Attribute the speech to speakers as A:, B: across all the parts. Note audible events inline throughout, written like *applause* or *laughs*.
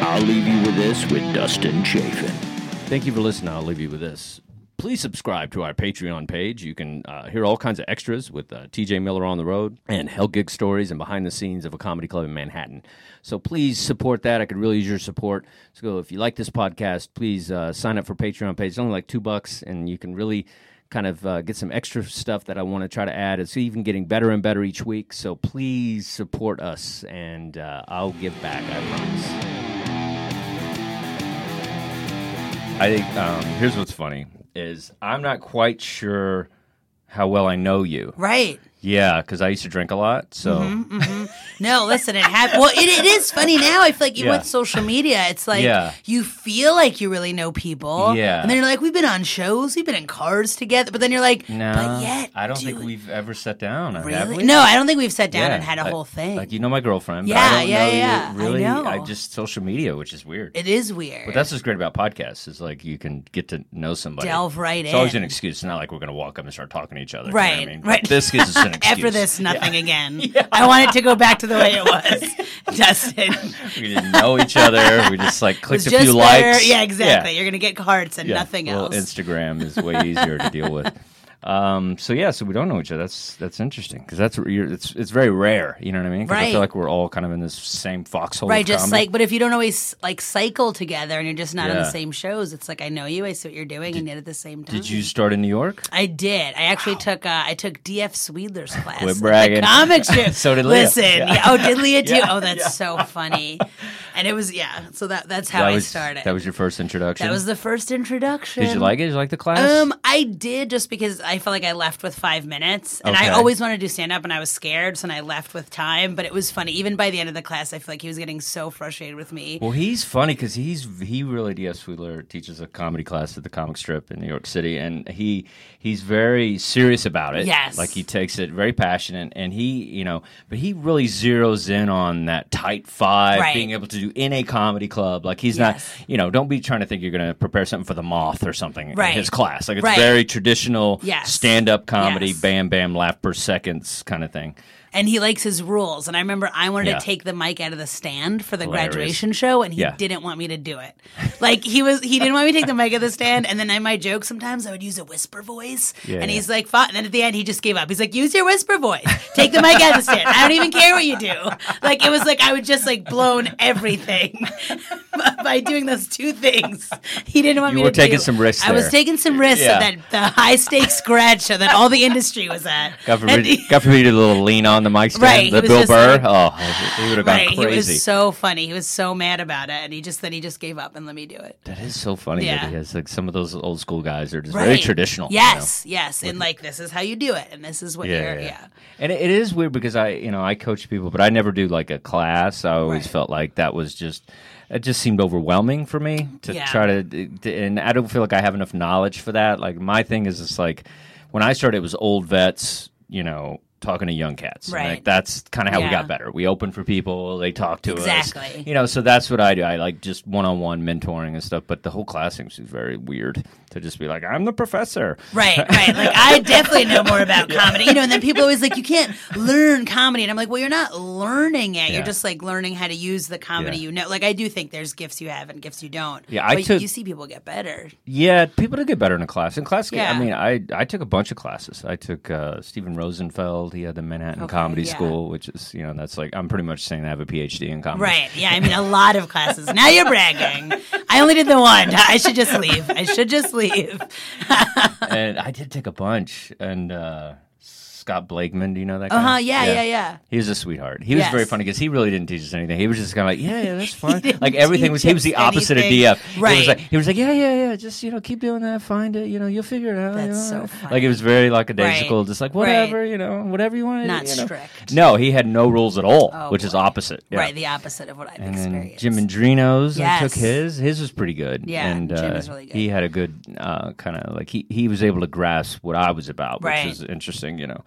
A: I'll leave you with this with Dustin Chafin.
B: Thank you for listening. I'll leave you with this. Please subscribe to our Patreon page. You can uh, hear all kinds of extras with uh, TJ Miller on the road and hell gig stories and behind the scenes of a comedy club in Manhattan. So please support that. I could really use your support. So if you like this podcast, please uh, sign up for Patreon page. It's only like two bucks, and you can really kind of uh, get some extra stuff that I want to try to add. It's even getting better and better each week. So please support us, and uh, I'll give back. I promise. I think um, here's what's funny is I'm not quite sure how well I know you.
C: Right.
B: Yeah, because I used to drink a lot, so
C: Mm-hmm, No, listen, it happened. Well, it, it is funny now. I feel like even
B: Yeah.
C: with social media, it's like
B: Yeah.
C: you feel like you really know people.
B: Yeah.
C: And then you're like, we've been on shows, we've been in cars together. But then you're like,
B: no,
C: but yet.
B: I don't think
C: dude,
B: we've ever sat down. Have
C: Really?
B: we?
C: No, I don't think we've sat down
B: Yeah,
C: and had a
B: I-
C: whole thing.
B: Like you know my girlfriend. but
C: Yeah,
B: I don't
C: yeah,
B: know you
C: yeah, I
B: Really,
C: know.
B: just social media, which is weird.
C: it is weird.
B: but that's what's great about podcasts is like you can get to know somebody.
C: Delve right
B: It's always
C: in.
B: an excuse. It's not like we're going to walk up and start talking to each other. you know what I
C: Right,
B: mean?
C: right.
B: This gives us an excuse.
C: *laughs* After this,
B: *laughs*
C: nothing again. I want it to go back to the way it was, Dustin.
B: we didn't know each other. We just
C: *laughs*
B: like clicked
C: It's
B: a
C: just
B: few
C: better.
B: likes.
C: Yeah, exactly. You're gonna get hearts and
B: Yeah.
C: nothing
B: Well,
C: else.
B: Instagram is
C: *laughs*
B: way easier to deal with. Um, so yeah, so we don't know each other. That's that's interesting because that's what you're, it's it's very rare. You know what I mean? 'Cause I
C: Right.
B: feel like we're all kind of in this same foxhole. of
C: Right, just
B: comedy.
C: like, but if you don't always like cycle together and you're just not on the
B: Yeah.
C: same shows, it's like I know you, I see what you're doing, and yet at the same time,
B: Did you start in New York?
C: I did. I actually took uh, I took DF Swedler's
B: *laughs*
C: class.
B: Quit bragging.
C: At
B: *laughs*
C: the comic strip.
B: So did Leah.
C: Listen,
B: Yeah.
C: yeah, oh,
B: *laughs*
C: did Leah too? Oh, that's so funny. And it was yeah. So that that's how
B: that
C: I
B: was,
C: started.
B: That was your first introduction.
C: That was the first introduction.
B: Did you like it? Did you like the class?
C: Um, I did just because I felt like I left with five minutes, and
B: Okay.
C: I always wanted to do stand up, and I was scared, so I left with time. But it was funny. Even by the end of the class, I feel like he was getting so frustrated with me.
B: well, he's funny because he's he really D.S. Sweetler teaches a comedy class at the Comic Strip in New York City, and he he's very serious about it.
C: Yes.
B: like he takes it very passionate, and he you know, but he really zeroes in on that tight five,
C: Right.
B: being able to do in a comedy club. Like he's
C: Yes.
B: not you know, don't be trying to think you're going to prepare something for the moth or something
C: Right.
B: in his class. Like it's
C: Right.
B: very traditional
C: Yes.
B: stand up comedy,
C: Yes.
B: bam bam laugh per seconds kind of thing.
C: and he likes his rules. And I remember I wanted
B: Yeah.
C: to take the mic out of the stand for the
B: Hilarious.
C: graduation show, and he
B: Yeah.
C: didn't want me to do it. Like he was, he didn't want me to take the mic out of the stand. And then in my joke, sometimes I would use a whisper voice,
B: Yeah,
C: and
B: yeah.
C: he's like, "Fine." And then at the end, he just gave up. He's like, "Use your whisper voice. Take the mic out of the stand. I don't even care what you do." Like it was like I would just like blown everything *laughs* by doing those two things. He didn't want
B: You
C: me
B: were
C: to
B: taking
C: do.
B: some risks
C: I was
B: there.
C: taking some risks
B: Yeah.
C: at that the high stakes scratch show that all the industry was at.
B: God
C: And
B: forbid,
C: he-
B: God forbid he did a little lean on the mic stand.
C: Right, he
B: The
C: was
B: Bill
C: just
B: Burr.
C: like-
B: oh, he would have gone
C: Right. He
B: crazy.
C: was so funny. He was so mad about it, and he just then he just gave up and let me do it.
B: that is so funny.
C: Yeah.
B: That he has, like some of those old school guys are just very traditional. you know?
C: Yes, yes, and like this is how you do it, and this is what you're. Yeah.
B: And it, it is weird because I, you know, I coach people, but I never do like a class. I always
C: Right.
B: felt like that was just, it just seemed overwhelming for me to
C: Yeah.
B: try to, to- and I don't feel like I have enough knowledge for that. Like my thing is, it's like when I started, it was old vets, you know. Talking to young cats, And,
C: Right.
B: Like, that's kind of how we
C: Yeah.
B: got better. We open for people; they talk to us.
C: Exactly.
B: You know, so that's what I do. I like just one-on-one mentoring and stuff. But the whole class seems very weird to just be like, "I'm the professor."
C: Right, right. Like I definitely know
B: *laughs*
C: more about comedy, you know. And then people always like, you can't learn comedy, and I'm like, well, you're not learning it.
B: Yeah.
C: You're just like learning how to use the comedy
B: Yeah.
C: you know. Like I do think there's gifts you have and gifts you don't.
B: Yeah, I
C: but
B: took-
C: you see people get better.
B: Yeah, people do get better in a class. In class,
C: Yeah.
B: I mean, I I took a bunch of classes. I took uh, Stephen Rosenfeld. He had the Manhattan Comedy
C: yeah.
B: School, which is you know that's like I'm pretty much saying I have a PhD in comedy.
C: Right. Yeah. I
B: *laughs*
C: mean, a lot of classes. Now you're bragging. I only did the one. I should just leave. I should just leave.
B: and I did take a bunch. And uh, Scott Blakeman, do you know that? guy?
C: Uh huh. Yeah, yeah. Yeah.
B: He was a sweetheart. He was
C: Yes.
B: very funny because he really didn't teach us anything. He was just kind of like, yeah, yeah,
C: *laughs*
B: that's fun.
C: didn't
B: like everything was.
C: teach
B: He was the
C: us
B: opposite
C: anything.
B: of DF. He
C: Right.
B: was like, he was like, yeah, yeah, yeah. Just you know, keep doing that. Find it. You know, you'll figure it out. you
C: That's
B: know."
C: so funny.
B: Like it was very lackadaisical.
C: Right.
B: Just like
C: Right.
B: whatever. You know, whatever you want. to
C: Not
B: do, you know.
C: strict.
B: No, he had no rules at all,
C: Oh,
B: which is
C: boy.
B: opposite. Yeah.
C: Right, the opposite of what I've
B: And then
C: experienced.
B: Jim Andrinos, I took
C: Yes.
B: his. His was pretty good.
C: Yeah,
B: and
C: Jim
B: uh,
C: is really good.
B: he had a good uh, kind of like he, he was able to grasp what I was about, which
C: Right.
B: is interesting, you know,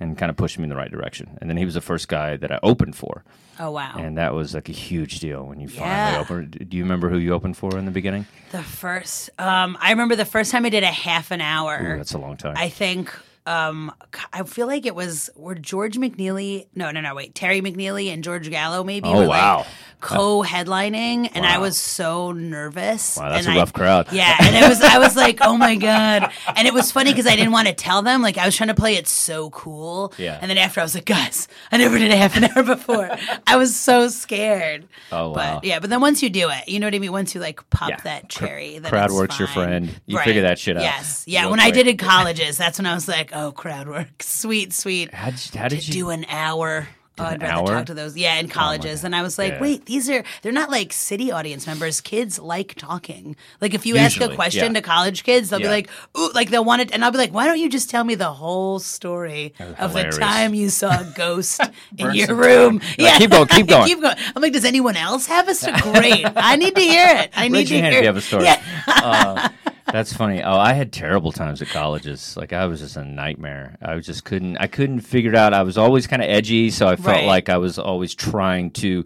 B: and kind of pushed me in the right direction. And then he was the first guy that I opened for,
C: oh wow,
B: and that was like a huge deal when you
C: Yeah.
B: finally opened. Do you remember who you opened for in the beginning?
C: the first. Um, I remember the first time I did a half an hour.
B: Ooh, that's a long time.
C: I think Um, I feel like it was were George McNeely. No, no, no. Wait, Terry McNeely and George Gallo maybe.
B: Oh,
C: were, like,
B: wow.
C: co-headlining, and I was so nervous.
B: Wow, that's
C: and
B: a
C: I-
B: rough crowd.
C: Yeah, and it was. I was like, oh my god. And it was funny because I didn't want to tell them. Like I was trying to play it so cool.
B: Yeah.
C: And then after I was like, guys, I never did a half an hour before. *laughs* I was so scared.
B: Oh, wow.
C: But yeah, but then once you do it, you know what I mean. Once you like pop
B: Yeah.
C: that cherry, then
B: crowd
C: it's
B: work's your
C: fine.
B: friend. You figure that shit out
C: Yes. Yeah.
B: real
C: When I
B: quick.
C: did in colleges, that's when I was like, oh, crowd work, *laughs* sweet, sweet
B: How did you, how did
C: to
B: you
C: do an hour. Oh, I'd
B: an
C: rather
B: hour? Oh
C: talk to those. Yeah, in colleges. and I was like,
B: Yeah.
C: wait, these are, they're not like city audience members. Kids like talking. Like, if you ask
B: Usually,
C: a question
B: yeah.
C: to college kids, they'll
B: Yeah.
C: be like, ooh, like they'll want it. And I'll be like, why don't you just tell me the whole story of
B: hilarious.
C: the time you saw a
B: *laughs*
C: ghost in your room? *laughs* yeah.
B: keep going, keep going.
C: keep going. I'm like, does anyone else have a story?
B: *laughs*
C: Great. I need to hear it. I need
B: Raise
C: to
B: your
C: hear
B: hand if
C: it.
B: you have a story. *laughs*
C: Yeah. *laughs*
B: Uh, that's funny. Oh, I had terrible times at colleges. Like I was just a nightmare. I was just couldn't. I couldn't figure it out. I was always kind of edgy, so I felt
C: Right.
B: like I was always trying to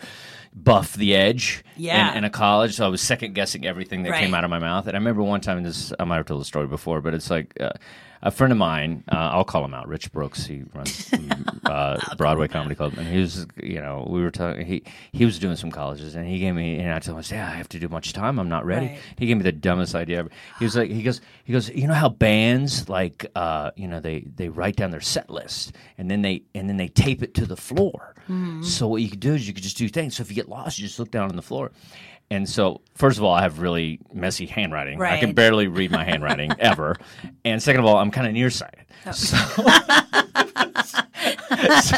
B: buff the edge. in-
C: Yeah.
B: In, a college, so I was second guessing everything that came
C: Right.
B: out of my mouth. And I remember one time this. I might have told the story before, but it's like. Uh, a friend of mine, uh, I'll call him out, Rich Brooks. He runs
C: *laughs*
B: uh, Broadway Comedy Club, and he was, you know, we were talking. He he was doing some colleges, and he gave me, and I told him, I said, yeah, I have to do much time. I'm not ready.
C: Right.
B: He gave me the dumbest idea ever. He was like, he goes, he goes, you know how bands like, uh, you know, they they write down their set list and then they and then they tape it to the floor. So what you could do is you could just do things. So if you get lost, you just look down on the floor. And so, first of all, I have really messy handwriting. I can
C: Right.
B: barely read my handwriting ever. And second of all, I'm kind of nearsighted.
C: This is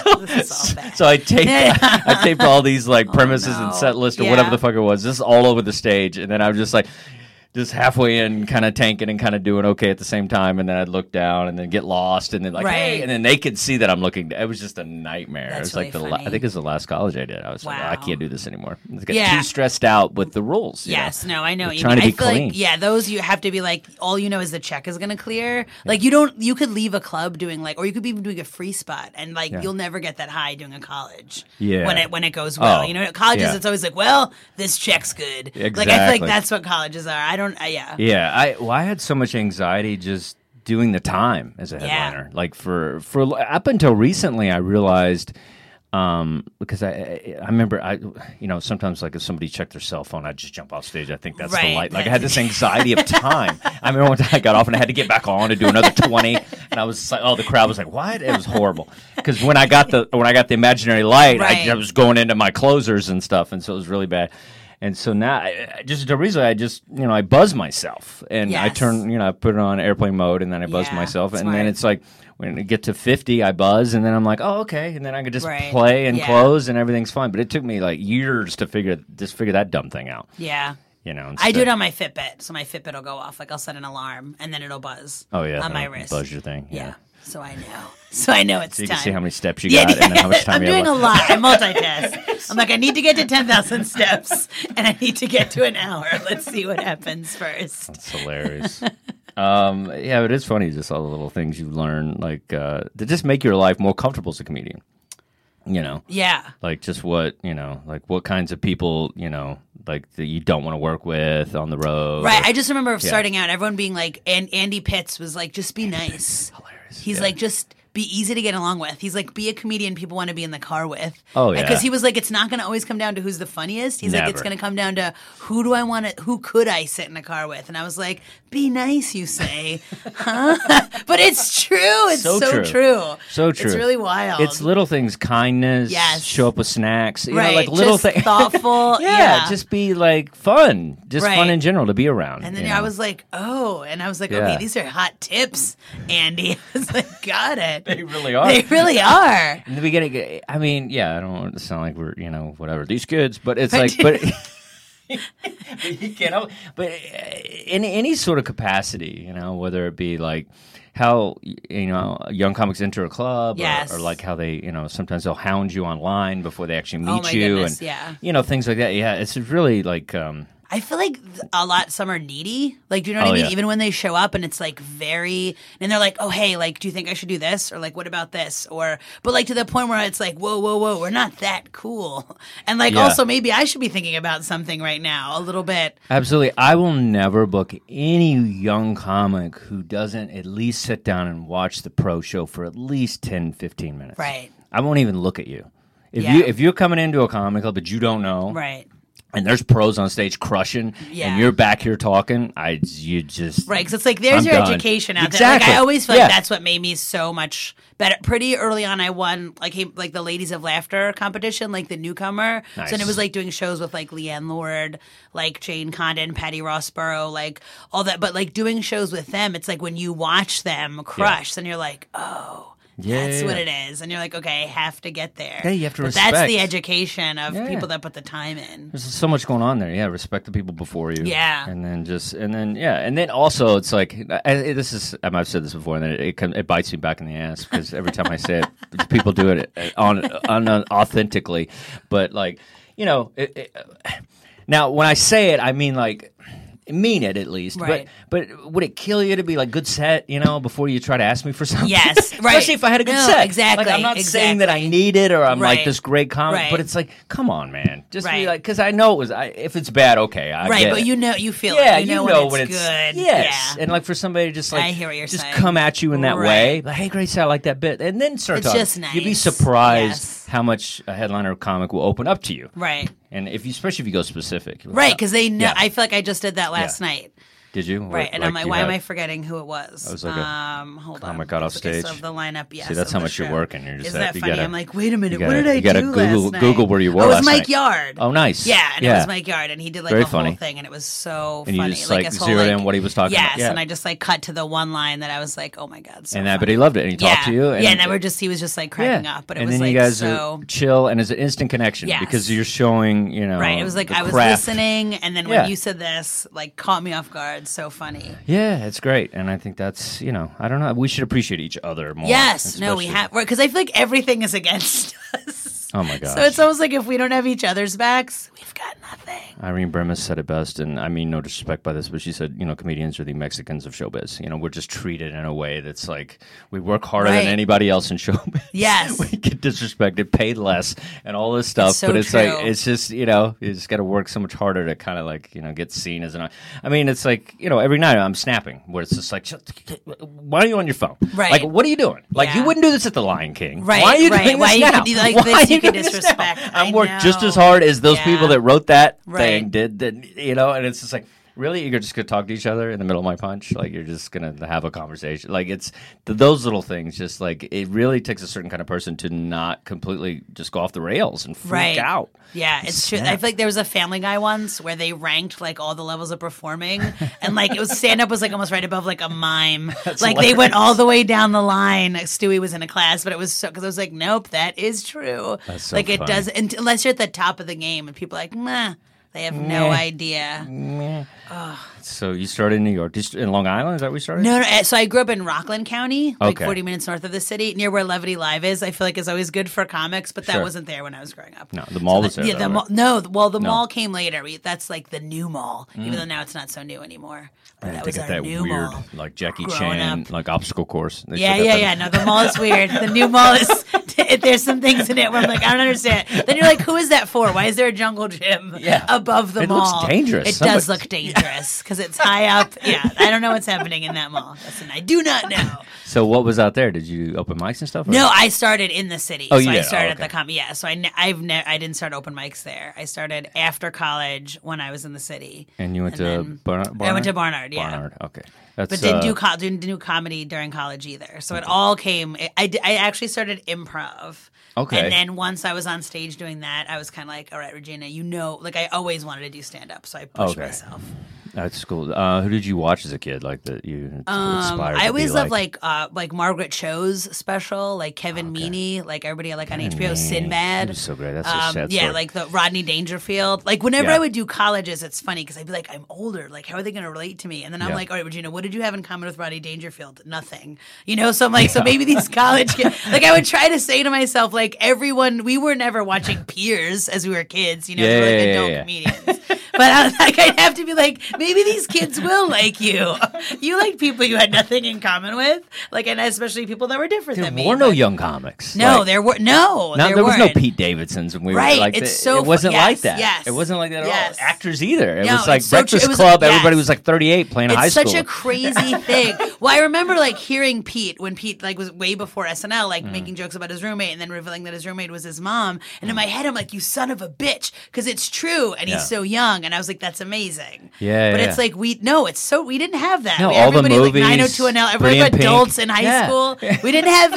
C: all bad.
B: So I taped, I taped all these
C: *laughs*
B: like premises
C: Oh, no.
B: and set list or
C: Yeah.
B: whatever the fuck it was, just all over the stage, and then I was just like, just halfway in, kind of tanking and kind of doing okay at the same time, and then I'd look down and then get lost, and then like, hey,
C: Right.
B: and then they could see that I'm looking. It was just a nightmare. it
C: That's
B: was like
C: really
B: the, la- I
C: funny.
B: think it was the last college I did. I was like, I
C: Wow.
B: can't do this anymore. I got
C: Yeah.
B: too stressed out with the rules. you know?
C: Yes, no, I know.
B: We're
C: what you
B: trying
C: mean.
B: to be
C: I feel
B: clean.
C: like yeah, those you have to be like all you know is the check is going to clear. Like you don't you could leave a club doing like or you could be even doing a free spot and like you'll never get that high doing a college.
B: Yeah.
C: When it when it goes well,
B: Oh,
C: you know, at colleges
B: yeah.
C: it's always like, well, this check's good. Like I feel
B: Exactly.
C: like that's what colleges are. I don't uh, yeah.
B: Yeah, I well, I had so much anxiety just doing the time as a headliner. Like for for up until recently, I realized um because I I- I remember I you know sometimes like if somebody checked their cell phone, I would just jump off stage. I think that's the
C: Right,
B: light. Like I
C: that's-
B: had this anxiety of time. I remember one time I got off and I had to get back on to do another twenty, and I was just like, oh, the crowd was like, what? It was horrible because when I got the when I got the imaginary light,
C: Right.
B: I, I was going into my closers and stuff, and so it was really bad. And so now, I, I- just the reason I just you know I buzz myself and I
C: Yes.
B: turn you know I put it on airplane mode and then I buzz
C: Yeah,
B: myself and then
C: smart.
B: it's like when I get to fifty I buzz and then I'm like oh okay and then I can just
C: Right.
B: play and
C: Yeah.
B: close and everything's fine. But it took me like years to figure just figure that dumb thing out.
C: Yeah.
B: You know,
C: I do
B: instead-
C: it on my Fitbit, so my Fitbit will go off. Like I'll set an alarm and then it'll buzz.
B: Oh yeah,
C: on my
B: that'll
C: wrist.
B: buzz your thing.
C: yeah.
B: Yeah,
C: So I know. *laughs* So I know it's
B: so you
C: time.
B: can see how many steps you
C: Yeah,
B: got and then how much time
C: *laughs* I'm
B: you
C: doing a
B: have. left.
C: lot. I
B: *laughs*
C: multitask. I'm like, I need to get to 10,000 steps and I need to get to an hour. *laughs* Let's see what happens first.
B: It's
C: *laughs*
B: hilarious. um, yeah, but it's funny just all the little things you learn, like uh, that just make your life more comfortable as a comedian. You know,
C: Yeah.
B: like just what you know, like what kinds of people you know, like that you don't want to work with on the road.
C: Right. I just remember starting out, everyone being like, and Andy Pitts was like, just be nice.
B: Hilarious.
C: He's
B: Yeah.
C: like, just be easy to get along with. He's like, be a comedian people want to be in the car with.
B: Oh, yeah.
C: Because he was like, it's not going to always come down to who's the funniest. He's like, it's
B: Never.
C: going to come down to who do I want to, who could I sit in a car with? And I was like, be nice,
B: *laughs*
C: you say. huh? *laughs* But it's true. It's
B: So
C: so,
B: true.
C: true.
B: So true.
C: It's really wild.
B: It's little things, kindness.
C: Yes.
B: Show up with snacks. You
C: right.
B: know, like little *laughs*
C: just
B: things.
C: thoughtful.
B: yeah, Just be like fun. Just
C: Right.
B: fun in general to be around.
C: And then
B: you
C: I
B: know?
C: was like, oh, and I was like,
B: Yeah.
C: okay, these are hot tips, Andy. *laughs* I was like, got it.
B: They really are.
C: They really are.
B: In the beginning, I mean, yeah, I don't want it to sound like we're, you know, whatever, these kids, but it's
C: But-
B: like,
C: *laughs*
B: but, *laughs* but you can't help, but uh, in any sort of capacity, you know, whether it be like how, you know, young comics enter a club or-
C: Yes.
B: or, like how they, you know, sometimes they'll hound you online before they actually meet
C: Oh my
B: you
C: goodness,
B: and,
C: yeah.
B: you know, things like that. Yeah, it's really like, um,
C: I feel like th- a lot some are needy. Like, do you know what
D: Oh,
C: I mean?
D: yeah.
C: Even when they show up and it's like very, and they're like, "Oh, hey, like, do you think I should do this?" Or like, "What about this?" Or, but like to the point where it's like, "Whoa, whoa, whoa, we're not that cool." And like,
D: Yeah.
C: also maybe I should be thinking about something right now a little bit.
B: Absolutely. I will never book any young comic who doesn't at least sit down and watch the pro show for at least 10, 15 minutes.
C: Right.
B: I won't even look at you. If
C: Yeah.
B: you if you're coming into a comic club but you don't know
C: Right.
B: and there's pros on stage crushing
C: Yeah.
B: and you're back here talking, I you just
C: Right, because it's like there's
B: I'm
C: your
B: done.
C: education out there.
B: Exactly.
C: Like I always feel
B: Yeah.
C: like that's what made me so much better. Pretty early on, I won like came, like the Ladies of Laughter competition, like the newcomer. So then
B: Nice.
C: it was like doing shows with like Leanne Lord, like Jane Condon, Patty Rossborough, like all that. But like doing shows with them, it's like when you watch them crush, then you're like, oh.
B: Yeah,
C: that's
B: yeah,
C: what
B: yeah.
C: it is, and you're like, okay, I have to get there.
B: Yeah, you have to
C: but That's the
B: respect.
C: education of
B: Yeah.
C: people that put the time in.
B: There's so much going on there. Yeah, respect the people before you.
C: Yeah.
B: and then just and then yeah, and then also it's like I, I- this is um, I've said this before, and it it, come- it bites me back in the ass because every time I say it, *laughs* people do it uh, on, on authentically, but like you know, it, it, uh, now when I say it, I mean like mean it at least.
C: Right.
B: But but would it kill you to be like good set? You know, before you try to ask me for something.
C: Yes, right.
B: *laughs* Especially if I had a good
C: No,
B: set. Like,
C: exactly,
B: I'm not saying that I need it or I'm like
C: Right.
B: this great comic,
C: Right.
B: but it's like, come on, man, just be
C: Right.
B: like because I know it was. I, if it's bad, okay, I
C: Right,
B: get
C: but
B: it.
C: you know, you feel
B: yeah,
C: it. You, know, when it's, good.
B: Yes,
C: Yeah.
B: and like for somebody to just like
C: I hear what you're
B: just
C: saying.
B: come at you in that
C: Right.
B: way. Like, hey, Grace, I like that bit, and then start
C: It's
B: talking.
C: just nice.
B: You'd be surprised
C: Yes.
B: how much a headliner or comic will open up to you,
C: Right.
B: and if you, especially if you go specific, You're like,
C: Right,
B: "Oh,
C: because they know.
B: Yeah.
C: I feel like I just did that last
B: Yeah.
C: night.
B: Did you
C: Right, and I'm like,
B: you
C: why am
B: had-
C: I forgetting who it was?
B: was like a
C: um, hold
B: comic
C: on.
B: got off
C: Focus
B: stage.
C: Of the lineup, yes.
B: that's
C: of
B: how
C: the
B: much you're
C: show.
B: working. You're just
C: Is
B: like-
C: that
B: you
C: funny?
B: gotta-
C: I'm like, wait a
B: you
C: minute,
B: gotta,
C: what did I
B: you gotta
C: do
B: Google
C: last night?
B: Google where you were
C: Oh, it
B: last
C: was Mike
B: night.
C: Yard.
B: Oh, nice.
C: Yeah, and
B: yeah.
C: it was Mike Yard, and he did like
B: Very
C: the whole
B: funny.
C: thing, and it was so
B: And you
C: funny.
B: just,
C: like
B: like,
C: his whole,
B: zeroed
C: like,
B: in what he was talking about.
C: Yes,
B: Yeah.
C: and I just like cut to the one line that I was like, oh my god, so
B: and that, but
C: funny.
B: he loved it, and he
C: yeah,
B: talked to you. And
C: yeah, and I were just he was just like cracking up, but it
B: and
C: was
B: then
C: like
B: you guys
C: so
B: are chill, and it's an instant connection
C: Yes.
B: because you're showing, you know,
C: Right. It was like
B: the
C: I was
B: craft.
C: listening, and then
B: Yeah.
C: when you said this, like caught me off guard. So funny.
B: Yeah, it's great, and I think that's you know, I don't know, we should appreciate each other more.
C: Yes. No, we
B: especially-
C: have because I feel like everything is against *laughs* us.
B: Oh my gosh,
C: So it's almost like if we don't have each other's backs, we've got nothing.
B: Irene Bremis said it best, and I mean no disrespect by this, but she said, you know, comedians are the Mexicans of showbiz. You know, we're just treated in a way that's like we work harder
C: Right.
B: than anybody else in showbiz. *laughs*
C: Yes.
B: we get disrespected, paid less, and all this stuff.
C: so
B: but it's like
C: true.
B: it's just you know you just got to work so much harder to kind of like you know get seen as an. I mean, it's like you know every night I'm snapping where it's just like, "Shut- why are you on your phone?
C: Right.
B: Like, what are you doing? Like, you
C: Yeah.
B: wouldn't do this at the Lion King.
C: Right,
B: Why are you
C: right.
B: doing this
C: Why you
B: now?
C: could do
B: *laughs*
C: like
B: Why
C: this,
B: are
C: you could
B: doing this now?
C: disrespect.
B: I'm
C: I
B: worked just
C: know.
B: as hard as those people
C: Yeah.
B: that wrote that
C: Right.
B: thing did that you know and it's just like really you're just gonna talk to each other in the middle of my punch like you're just gonna have a conversation like it's th- those little things just like it really takes a certain kind of person to not completely just go off the rails and freak
C: Right.
B: out
C: Yeah, it's true. I
B: Snap.
C: feel like there was a Family Guy once where they ranked like all the levels of performing, and like it was stand up was like almost right above like a
B: *laughs*
C: mime. like they went all the way down the line. Stewie was in a class, but it was so because I was like, nope, that is true.
B: That's so
C: like it
B: funny.
C: does and unless you're at the top of the game and people are like, nah, they have no idea.
B: so you started in new york Did you st- in long island is that where you started
C: No, no. uh, So I grew up in Rockland County, like
B: Okay.
C: 40 minutes north of the city, near where Levity Live is. I feel like is always good for comics, but that
B: Sure.
C: wasn't there when I was growing up.
B: No, the mall was there,
C: Yeah, the
B: though,
C: mall.
B: right?
C: No, th- well, the mall came later. We, that's like the new mall,
B: Mm.
C: even though now it's not so new anymore. But that
B: they
C: was
B: got
C: our
B: that
C: new
B: weird
C: mall.
B: like jackie
C: growing
B: chan
C: up.
B: like obstacle course They
C: Yeah,
B: still got
C: yeah,
B: that-
C: yeah. No,
B: *laughs*
C: the mall is weird. The new mall is. *laughs* there's some things in it where I'm like, I don't understand. Then you're like, who is that for? Why is there a jungle gym
B: Yeah.
C: above the
B: It looks
C: mall?
B: dangerous.
C: It
B: Somebody-
C: does look dangerous because it's high up. Yeah, I don't know what's happening in that mall. Listen, I do not know.
B: so what was out there did you open mics and stuff or-
C: No, I started in the city.
B: Oh,
C: so
B: you
C: I
B: did. Oh,
C: started
B: okay.
C: at the comedy. Yeah, so I ne- I've ne- I didn't start open mics there. I started after college when I was in the city.
B: and you went
C: and
B: to
C: then-
B: Bar- barnard
C: I went to Barnard. Yeah.
B: barnard okay that's
C: But didn't
B: uh,
C: do co- didn't do comedy during college either. So it all came. I, I, I actually started improv.
B: Okay.
C: And then once I was on stage doing that, I was kind of like, all right, Regina, you know, like I always wanted to do stand up, so I pushed
B: Okay.
C: myself.
B: That's cool. Uh, who did you watch as a kid? Like that you ins-
C: Um,
B: inspired.
C: I
B: to
C: always
B: be
C: love like uh, like Margaret Cho's special, like Kevin Meaney, like everybody I like on HBO,
B: Meaney.
C: Sinbad. Um,
B: He was so great. That's a sad
C: yeah,
B: story.
C: like the Rodney Dangerfield. Like whenever
B: Yeah.
C: I would do colleges, it's funny because I'd be like, I'm older. Like how are they going to relate to me? And then I'm
B: Yeah.
C: like, all right, Regina, what did you have in common with Rodney Dangerfield? Nothing. You know, so I'm like, so maybe
B: *laughs*
C: these college kids. Like I would try to say to myself, like everyone, we were never watching Peers as we were kids. You know,
B: Yeah,
C: we were
B: yeah,
C: like
B: yeah,
C: adult
B: yeah.
C: comedians. *laughs* But But I, like, I'd have to be like, maybe these kids will like you. *laughs* You like people you had nothing in common with, like, and especially people that were different
B: There
C: than me.
B: were no
C: but-
B: young comics.
C: no,
B: Like,
C: there were no.
B: not-
C: there,
B: there, was no
C: weren't.
B: Pete Davidsons when we
C: Right,
B: were like
C: it's
B: that.
C: so
B: it wasn't
C: fu-
B: like
C: yes,
B: that.
C: yes.
B: It wasn't like that at
C: Yes.
B: all. Actors either. It
C: No,
B: was like
C: it's so true.
B: Breakfast
C: It was-
B: Club. Everybody
C: yes.
B: was like 38 playing high
C: It's
B: school.
C: such a
B: *laughs*
C: crazy thing. Well, I remember like hearing Pete when Pete like was way before SNL, like
B: Mm.
C: making jokes about his roommate and then revealing that his roommate was his mom. And in my head, I'm like, "You son of a bitch," because it's true, and
B: Mm. Yeah.
C: he's so young. And I was like, "That's amazing."
B: Yeah,
C: but
B: yeah.
C: it's like we no, it's so we didn't have that.
B: No,
C: We-
B: all the
C: everybody
B: movies,
C: like 90210, everybody
B: Pretty in
C: had
B: Pink.
C: adults in high
B: Yeah. *laughs*
C: school. We didn't have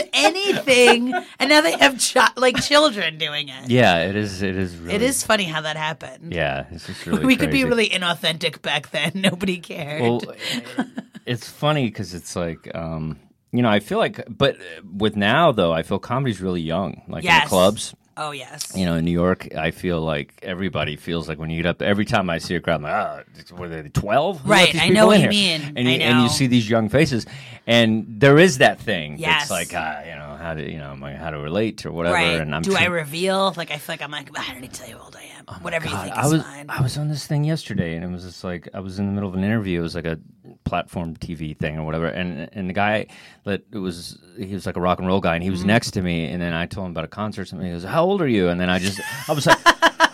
C: anything, and now they have chi- like children doing it.
B: yeah, it is. It is. Really,
C: It is funny how that
B: *laughs*
C: happened.
B: Yeah, it's just really.
C: *laughs* we could be
B: crazy.
C: really inauthentic back then. *laughs* Nobody cared.
B: Well,
C: *laughs*
B: it's funny because it's like, um, you know, I feel like, but with now though, I feel comedy's really young, like in
C: Yes.
B: the clubs.
C: oh yes.
B: You know, in New York, I feel like everybody feels like when you get up. Every time I see a crowd, I'm like, ah, oh, were they twelve?
C: Right, I know what you mean.
B: And
C: I
B: you, and
C: know.
B: you see these young faces, and there is that thing.
C: Yes.
B: It's like, uh, you know, how to, you know, like, how to relate or whatever.
C: Right.
B: And I'm
C: Do I
B: sure-
C: reveal? Like I feel like I'm like I don't need to tell you how old I am. Whatever you
B: God,
C: think
B: I
C: is
B: was
C: fine.
B: I was on this thing yesterday, and it was just like I was in the middle of an interview. It was like a platform TV thing or whatever, and and the guy that it was he was like a rock and roll guy, and he was
C: Mm-hmm.
B: next to me, and then I told him about a concert. or Something. He goes, "How old are you?" And then I just I was like.
C: *laughs*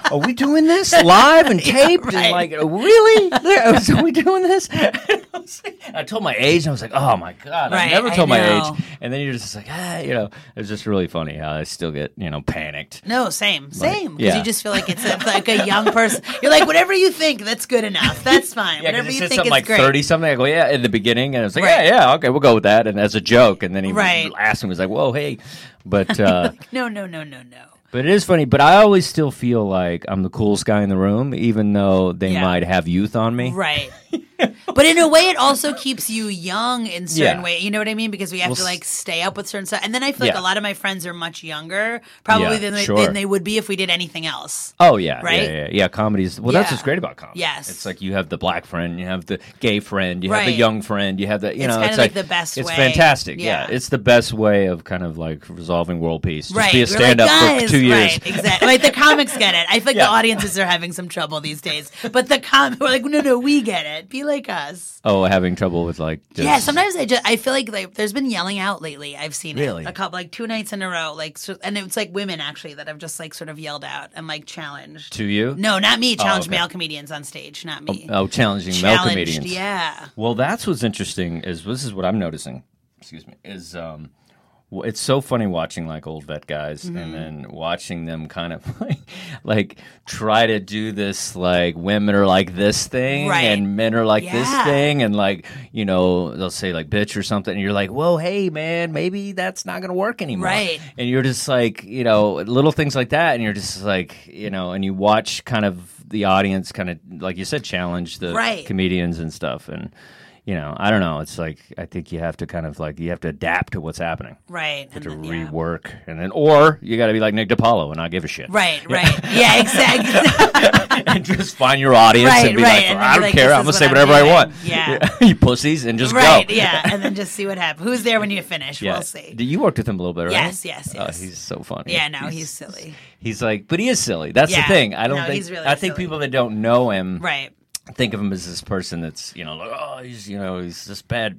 B: Are we doing this live and taped?
C: right.
B: And like, really? There- *laughs* was- Are we doing this? I was like- I told my age, and I was like, oh my god, I
C: Right,
B: never
C: I
B: told my
C: know.
B: age. And then you're just like, ah, you know, it's just really funny how I still get you know panicked.
C: no, same, same. Because
B: yeah.
C: you just feel
B: *laughs*
C: like it's a, like a young person. You're like, whatever you think, that's good enough.
B: *laughs*
C: That's fine.
B: Yeah, 'cause
C: whatever
B: it
C: you
B: said
C: think
B: something
C: is
B: like
C: great.
B: thirty something. I go, yeah, in the beginning, and I was like,
C: Right.
B: yeah, yeah, okay, we'll go with that, and as a joke. And then he
C: Right.
B: asked me, was like, whoa, hey, but
C: *laughs*
B: uh,
C: No, no, no, no,
B: *laughs*
C: no.
B: but it is funny. But I always still feel like I'm the coolest guy in the room, even though they
C: Yeah.
B: might have youth on me.
C: Right. but in a way, it also keeps you young in certain
B: Yeah.
C: way. You know what I mean? Because we have
B: Well,
C: to
B: s-
C: like stay up with certain stuff. And then I feel like
B: Yeah.
C: a lot of my friends are much younger, probably
B: Yeah,
C: than, they,
B: sure.
C: than they would be if we did anything else.
B: Oh yeah,
C: Right?
B: Yeah, yeah, yeah. Comedy's well, that's
C: Yeah.
B: what's great about comedy.
C: Yes.
B: it's like you have the black friend, you have the gay friend, you have the
C: Right.
B: young friend, you have the you
C: It's
B: know,
C: kinda
B: it's
C: like the best
B: It's
C: way.
B: fantastic. Yeah.
C: Yeah.
B: it's the best way of kind of like resolving world peace. Just
C: right.
B: be a
C: We're like,
B: stand up for
C: "Guys,"
B: two years.
C: Right, exactly. Like the comics get it. I feel like
B: Yeah.
C: the audiences are having some trouble these days. But the com we're like, no, no, we get it. Be like us.
B: Oh, having trouble with like just,
C: Yeah, sometimes I just I feel like, like there's been yelling out lately. I've seen
B: Really?
C: it a couple like two nights in a row, like so, and it's like women actually that have just like sort of yelled out and like challenged.
B: to you.
C: No, not me. Challenge
B: Oh, okay.
C: male comedians on stage, not me.
B: Oh, challenging male
C: Challenged,
B: comedians.
C: Yeah.
B: Well, that's what's interesting is this is what I'm noticing. Excuse me. Is um, w- it's so funny watching like old vet guys
C: Mm-hmm.
B: and then watching them kind of *laughs* like, like try to do this like women are like this thing
C: Right.
B: and men are like this
C: Yeah.
B: thing and like you know they'll say like bitch or something and you're like whoa hey man maybe that's not gonna work anymore
C: Right.
B: and you're just like you know little things like that and you're just like you know and you watch kind of the audience kind of like you said challenge the
C: Right.
B: comedians and stuff and you know i don't know it's like i think you have to kind of like you have to adapt to what's happening
C: Right.
B: you have
C: and
B: to
C: then- yeah.
B: rework and then or you got to be like nick DiPaolo and not give a shit
C: Right, right. Yeah, exactly.
B: *laughs* and just find your audience
C: Right,
B: and be
C: right,
B: like
C: and
B: i
C: then
B: don't
C: be like,
B: care
C: this
B: i'm gonna
C: is
B: say
C: what I'm
B: whatever i want *laughs*
C: doing. Yeah.
B: you pussies and *laughs* just
C: *laughs* right,
B: go
C: yeah. And then just see what happens. Who's there when you finish?
B: yeah
C: We'll see.
B: you worked with him a little bit right
C: Yes, yes,
B: Oh,
C: yes.
B: he's so funny
C: Yeah, no, he's silly.
B: He's like, but he is silly. That's the
C: Yeah.
B: thing. I don't
C: No,
B: think.
C: he's really
B: I think
C: silly.
B: people that don't know him
C: Right.
B: think of him as this person that's you know, like, oh, he's you know, he's this bad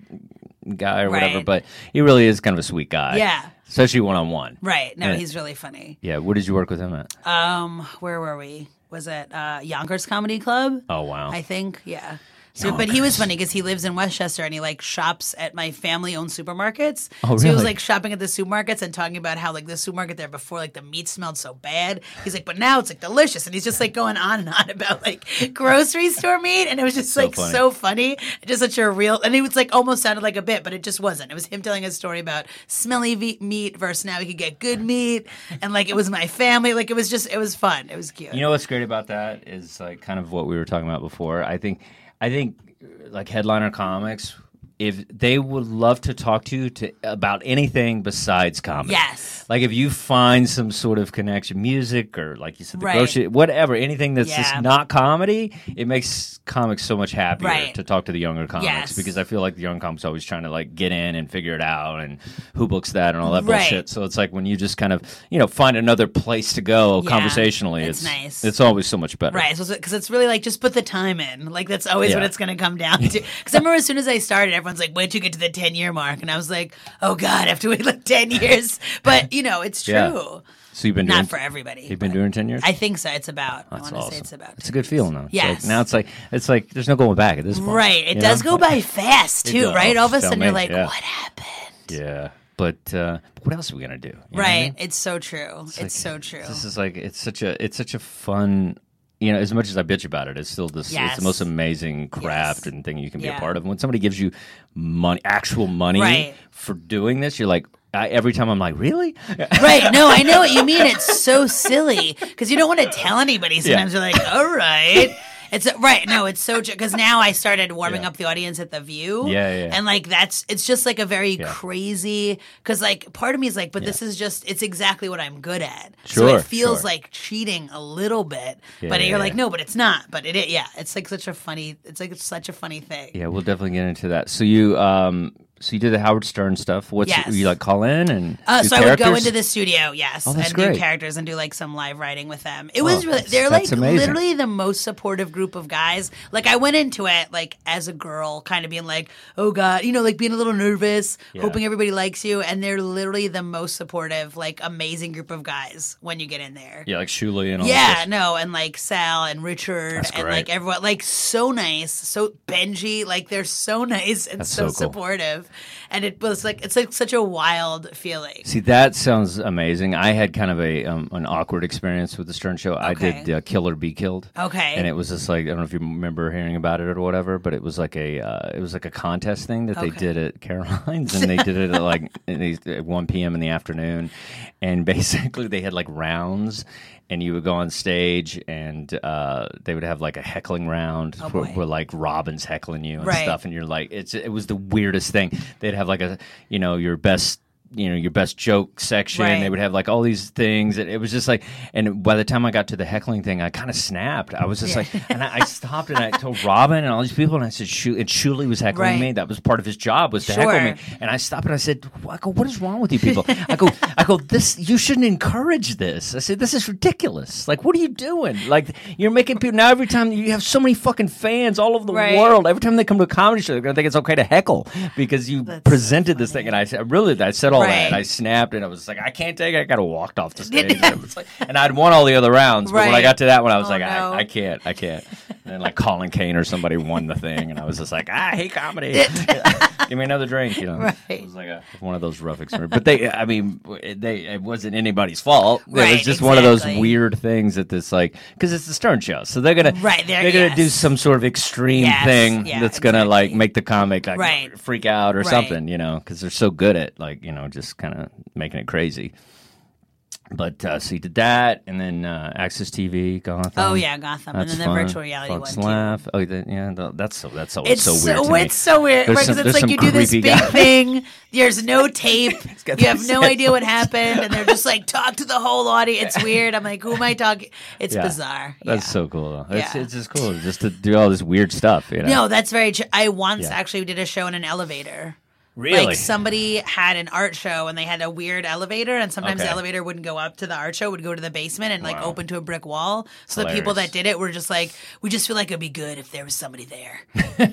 B: guy or whatever.
C: Right.
B: But he really is kind of a sweet guy.
C: Yeah.
B: especially one on one.
C: Right. No,
B: Yeah.
C: he's really funny.
B: Yeah. What did you work with him at?
C: Um, where were we? Was it uh, Yonkers Comedy Club?
B: oh wow.
C: I think, yeah. So, but he was funny because he lives in Westchester and he like shops at my family-owned supermarkets.
B: Oh,
C: So he was
B: really?
C: like shopping at the supermarkets and talking about how like the supermarket there before like the meat smelled so bad. He's like, but now it's like delicious, and he's just like going on and on *laughs* about like grocery store meat, and it was just like
B: funny.
C: so funny, just such a real, and it was like almost sounded like a bit, but it just wasn't. It was him telling a story about smelly ve- meat versus now we could get good meat, and like it was my family, like it was just it was fun, it was cute.
B: You know what's great about that is like kind of what we were talking about before. I think, I think, uh, like headliner comics if they would love to talk to you to about anything besides comedy.
C: Yes.
B: Like if you find some sort of connection, music or like you said, the
C: Right.
B: grocery, whatever, anything that's
C: Yeah.
B: just not comedy, it makes comics so much happier
C: Right.
B: to talk to the younger comics
C: Yes.
B: because I feel like the young comics always trying to like get in and figure it out and who books that and all that
C: Right.
B: bullshit. So it's like when you just kind of you know find another place to go
C: Yeah.
B: conversationally.
C: It's
B: It's
C: nice.
B: It's always so much better.
C: Right, because it's really like just put the time in. Like that's always what
B: Yeah.
C: it's going to come
B: *laughs*
C: down to. Because I remember as soon as I started, everyone's like, "When'd you get to the ten year mark?" And I was like, "Oh God, I have to wait
B: *laughs*
C: like ten years." But you know, it's true.
B: Yeah. So you've been doing
C: Not for everybody.
B: you've been
C: but
B: doing ten years.
C: I think so. It's about. I want to say
B: awesome.
C: it's about.
B: It's a good feeling though. It's like-
C: Yes.
B: now it's like it's like there's no going back at this point.
C: Right. It
B: you
C: does
B: know?
C: go by fast too,
B: does.
C: right? All of a
B: Tell
C: sudden you're
B: me,
C: like,
B: yeah. Mm-hmm.
C: what happened?
B: Yeah. But uh, what else are we gonna do? You know what I
C: Right.
B: mean?
C: It's so true. It's, so true.
B: This is like it's such a it's such a fun you know, as much as I bitch about it, it's still this it's
C: Yes.
B: the most amazing craft
C: Yes.
B: and thing you can be
C: Yeah.
B: a part of. And when somebody gives you money actual money
C: Right.
B: for doing this, you're like I, every time I'm like, Really?
C: *laughs* right. No, I know what you mean. It's so silly because you don't want to tell anybody. Sometimes you're like, all right. It's right. No, it's so true. Because now I started warming
B: Yeah.
C: up the audience at the View.
B: Yeah, yeah.
C: And like that's it's just like a very crazy because like part of me is like, but this is just it's exactly what I'm good at. so
B: Sure,
C: it feels
B: sure.
C: like cheating a little bit, but
B: yeah,
C: you're like,
B: yeah.
C: no, but it's not. But it, is yeah, it's like such a funny. It's like it's such a funny thing.
B: Yeah, we'll definitely get into that. So you um so you did the Howard Stern stuff. What's
C: Yes.
B: you like call in and
C: Uh,
B: do
C: so I would go
B: characters?
C: into the studio, yes,
B: Oh, that's
C: and do
B: great. Oh,
C: characters and do like some live writing with them. It was really
B: that's-
C: they're like
B: that's amazing.
C: literally the most supportive group of guys. Like I went into it like as a girl, kind of being like, oh god, you know, like being a little nervous, hoping everybody likes you, and they're literally the most supportive, like amazing group of guys when you get in there.
B: Yeah, like Shuli and all
C: Yeah,
B: that stuff.
C: no, and like Sal and Richard and
B: great.
C: like everyone, like so nice, so Benji, like they're so *laughs* nice and so,
B: so cool.
C: supportive, and it was like it's like such a wild feeling.
B: See, that sounds amazing. I had kind of a um, an awkward experience with the Stern Show. I
C: Okay.
B: did uh, Kill or Be Killed.
C: Okay.
B: And it was just like I don't know if you remember hearing about it or whatever, but it was like a uh, it was like a contest thing that they
C: Okay.
B: did at Caroline's,
C: *laughs*
B: and they did it at like in these- at one p.m. in the afternoon, and *laughs* basically they had like rounds. And you would go on stage, and uh, they would have like a heckling round where,
C: Oh, boy.
B: where like Robin's heckling you and
C: Right.
B: stuff, and you're like, it's it was the weirdest thing. They'd have like a you know your best you know your best joke section.
C: Right.
B: They would have like all these things, and it was just like. And by the time I got to the heckling thing, I kind of snapped. I was just like, and I, I stopped and I told Robin and all these people, and I said, Shu and Shuli was heckling
C: Right.
B: me. That was part of his job was to
C: Sure.
B: heckle me. And I stopped and I said, I go, what is wrong with you people? I go, I go, this you shouldn't encourage this. I said, this is ridiculous. Like, what are you doing? Like, you're making people now. Every time you have so many fucking fans all over the
C: Right.
B: world. Every time they come to a comedy show, they're gonna think it's okay to heckle because you presented this thing. And I said, really, I said all that.
C: Right.
B: And I snapped and I was like, I can't take. it. I gotta walked off
C: *laughs*
B: the stage. and, it was like- and I'd won all the other rounds, but when I
C: Right.
B: got to that one, I was
C: Oh,
B: like,
C: no.
B: I, I can't, I can't. And then like Colin Kane or somebody won the thing, and I was just like, I hate
C: *laughs*
B: comedy. *laughs* Give me another drink, you know.
C: Right.
B: It was like a, one of those rough experiences. But they, I mean, it- they it wasn't anybody's fault. it
C: Right,
B: was just one of those
C: exactly.
B: weird things that this like because it's the Stern Show, so they're gonna
C: Right, they're-
B: they're, gonna do
C: yes.
B: some sort of extreme
C: Yes,
B: thing
C: yeah,
B: that's gonna like
C: exactly.
B: make the comic like
C: Right.
B: freak out or
C: Right.
B: something, you know, because they're so good at like you know just kind of making it crazy. But uh, so you did that, and then uh, Access TV, Gotham.
C: Oh yeah, Gotham, and
B: Um, That's
C: then the
B: fun.
C: virtual reality
B: Fox
C: one. Too.
B: Laugh. Oh, the, yeah, the, that's so that's always
C: It's
B: so
C: so,
B: weird. to me.
C: it's so weird
B: There's
C: because
B: some-
C: it's
B: there's
C: like
B: some
C: you do this
B: creepy
C: big
B: guy.
C: thing. There's
B: *laughs*
C: no tape. you have no idea what happened, and they're just like talk to the whole
B: *laughs*
C: audience. It's weird. I'm like, who am I talking? It's
B: Yeah.
C: bizarre.
B: That's
C: Yeah.
B: so cool. Though. It's,
C: Yeah.
B: it's just cool just to do all this weird stuff. You know?
C: No, that's very true. I once
B: Yeah.
C: actually did a show in an elevator.
B: really.
C: Like somebody had an art show and they had a weird elevator, and sometimes the
B: Okay.
C: elevator wouldn't go up to the art show, would go to the basement and like
B: Wow.
C: open to a brick wall. So the people that
B: Hilarious.
C: did it were just like, we just feel like it'd be good if there was somebody there,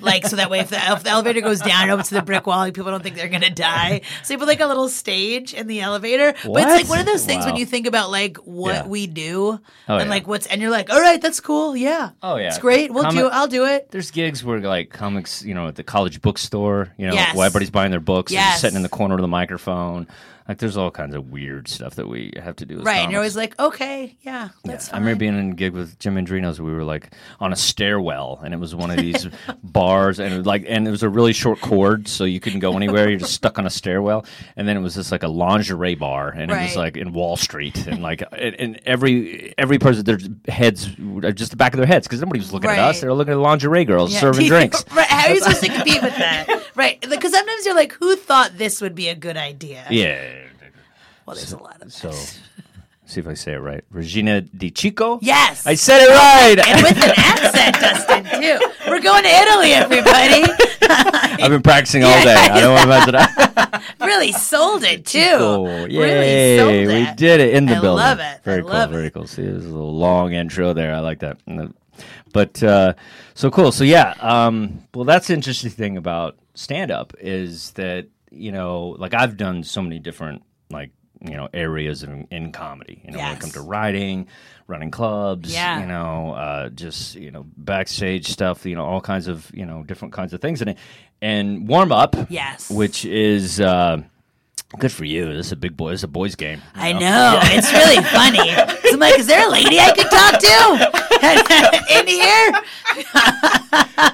C: *laughs* like so that way if the, if the elevator goes down and opens to the brick wall, like, people don't think they're gonna die. So you put like a little stage in the elevator, but it's like
B: What?
C: one of those things when
B: Wow.
C: you think about like what
B: Yeah.
C: we do
B: Oh,
C: and
B: yeah.
C: like what's and you're like, all right, that's cool, yeah,
B: Oh, yeah.
C: it's great, we'll
B: Comment-
C: do, I'll do it.
B: There's gigs where like comics, you know, at the college bookstore, you know,
C: Yes.
B: where everybody's buying their books, and
C: Yes.
B: just sitting in the corner of the microphone. Like there's all kinds of weird stuff that we have to do. As
C: Right, and you're
B: comics.
C: always like, okay, yeah, that's
B: I
C: fine.
B: remember being in a gig with Jim Andrinos. We were like on a stairwell, and it was one of these *laughs* bars, and it was like, and it was a really short cord, so you couldn't go anywhere. You're just stuck on a stairwell, and then it was just like a lingerie bar, and it
C: Right.
B: was like in Wall Street, and like, and, and every every person their heads, just the back of their heads, because nobody was looking at us.
C: Right. *laughs*
B: They were looking at lingerie girls
C: Yeah.
B: serving drinks. *laughs*
C: right, how are you supposed to compete with that? right. Because sometimes you're like, who thought this would be a good idea? *laughs*
B: Yeah.
C: Well, there's a lot of that.
B: So, see if I say it right. Regina Di Chico.
C: Yes.
B: I said it right.
C: and *laughs* with an accent, Dustin, too. We're going to Italy, everybody.
B: *laughs* I've been practicing all day. I don't want to mess it up.
C: really sold it, too.
B: Oh,
C: Really sold
B: yay! we
C: it.
B: did it in the
C: I
B: building.
C: love it.
B: Very
C: I
B: cool.
C: love
B: very
C: it.
B: cool. See, there's a little long intro there. I like that. And the- But uh, so cool. So yeah. Um, well, that's the interesting thing about stand up is that you know, like I've done so many different like you know areas in, in comedy. You know, when it
C: Yes.
B: comes to writing, running clubs.
C: Yeah.
B: You know, uh, just you know backstage stuff. You know, all kinds of you know different kinds of things in it. And warm up.
C: Yes.
B: Which is. Uh, Good for you. This is a big boy. This is a boys' game.
C: I know. It's really
B: *laughs*
C: funny. So I'm like, is there a lady I could talk to *laughs* in here?